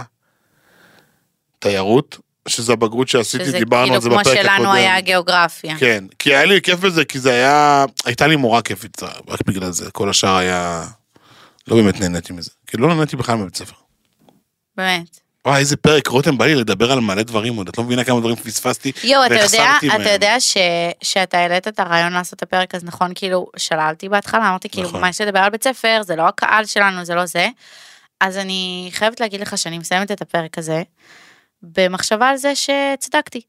B: תיירות, שזה הבגרות שעשיתי,
C: שזה
B: דיברנו על
C: כאילו
B: זה
C: כמו
B: בפרק הקודם.
C: שלנו היה גיאוגרפיה.
B: כן, כי היה לי כיף בזה, כי זה היה, הייתה לי מורה כיפית, זה- רק בגלל זה, כל השאר היה, לא באמת נהניתי מזה. כאילו לא נהניתי בכלל מבית ספר.
C: באמת.
B: וואי, איזה פרק, רותם, בא לי לדבר על מלא דברים עוד, את לא מבינה כמה דברים פספסתי,
C: יואו, אתה יודע,
B: והחסרתי
C: אתה
B: מהם.
C: יודע ש, שאתה העלית את הרעיון לעשות את הפרק, אז נכון, כאילו, שללתי בהתחלה, אמרתי, כאילו,
B: נכון.
C: מה יש לדבר על בית ספר, זה לא הקהל שלנו, זה לא זה. אז אני חייבת להגיד לך שאני מסיימת את הפרק הזה, במחשבה על זה שצדקתי.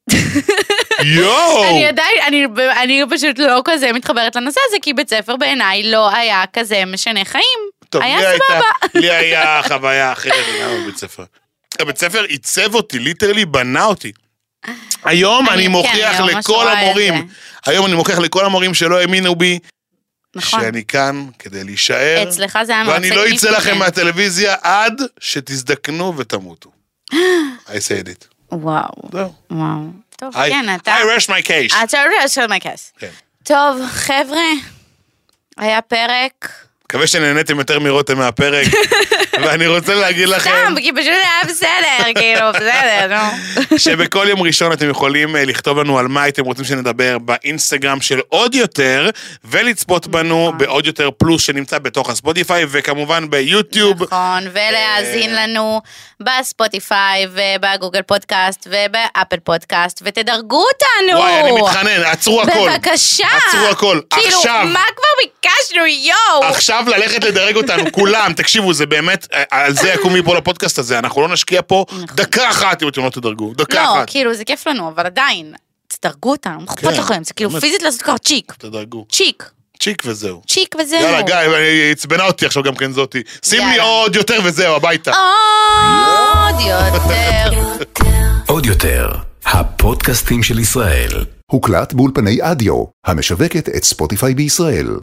B: יואו!
C: אני עדיין, אני, אני פשוט לא כזה מתחברת לנושא הזה, כי בית ספר בעיניי לא היה כזה משנה חיים.
B: טוב,
C: היה
B: לי הייתה-
C: סבבה.
B: לי היה חוויה אחרת לגמרי בבית ספר. הבית ספר עיצב אותי, ליטרלי בנה אותי. היום
C: אני-
B: אני
C: כן,
B: מוכיח
C: אני ממש
B: לכל
C: רואה את
B: המורים, היום אני מוכיח לכל המורים שלא האמינו בי,
C: נכון.
B: שאני כאן כדי להישאר,
C: אצלך זה היה מרצה.
B: ואני לא אצא
C: ניפו,
B: לכם
C: כן.
B: מהטלוויזיה עד שתזדקנו ותמותו. I said it.
C: וואו,
B: זהו.
C: וואו. טוב,
B: I
C: כן,
B: I
C: אתה...
B: rest my case.
C: אתה יודע של מקס.
B: כן.
C: טוב, חבר'ה, היה פרק.
B: מקווה שנהניתם יותר מרותם מהפרק, ואני רוצה להגיד לכם...
C: סתם, כי פשוט היה בסדר, כאילו, בסדר, נו.
B: שבכל יום ראשון אתם יכולים אה, לכתוב לנו על מה הייתם רוצים שנדבר באינסטגרם של עוד יותר, ולצפות בנו
C: נכון.
B: בעוד יותר פלוס שנמצא בתוך הספוטיפיי, וכמובן ביוטיוב.
C: נכון, ולהאזין
B: אה.
C: לנו בספוטיפיי ובגוגל פודקאסט ובאפל פודקאסט, ותדרגו אותנו!
B: וואי, אני מתחנן, עצרו הכל.
C: בבקשה!
B: עצרו הכל,
C: כאילו,
B: עכשיו.
C: מה כבר ביקשנו, יואו!
B: עכשיו ללכת לדרג אותנו, כולם, תקשיבו, זה באמת, אה, על זה יקום ליפול הפודקאסט הזה, אנחנו לא נשקיע פה דקה אחת אם אתם לא תדרגו, דקה
C: נכון. לא,
B: אחת.
C: כאילו, זה כיף לנו, אבל עדיין, תדרגו אותנו, מה אכפת
B: כן,
C: לכם, זה כאילו
B: באמת.
C: פיזית לעשות ככה צ'יק,
B: תדרגו,
C: צ'יק,
B: צ'יק וזהו.
C: צ'יק וזהו.
B: יאללה, גיא, היא עצבנה אותי עכשיו גם כן זאתי. שים לי
C: יאללה.
B: עוד יותר וזהו, הביתה.
C: עוד יותר.
A: עוד יותר, הפודקאסטים של ישראל.
E: הוקלט באולפני אדיו, המשווקת את ספוטיפיי בישראל.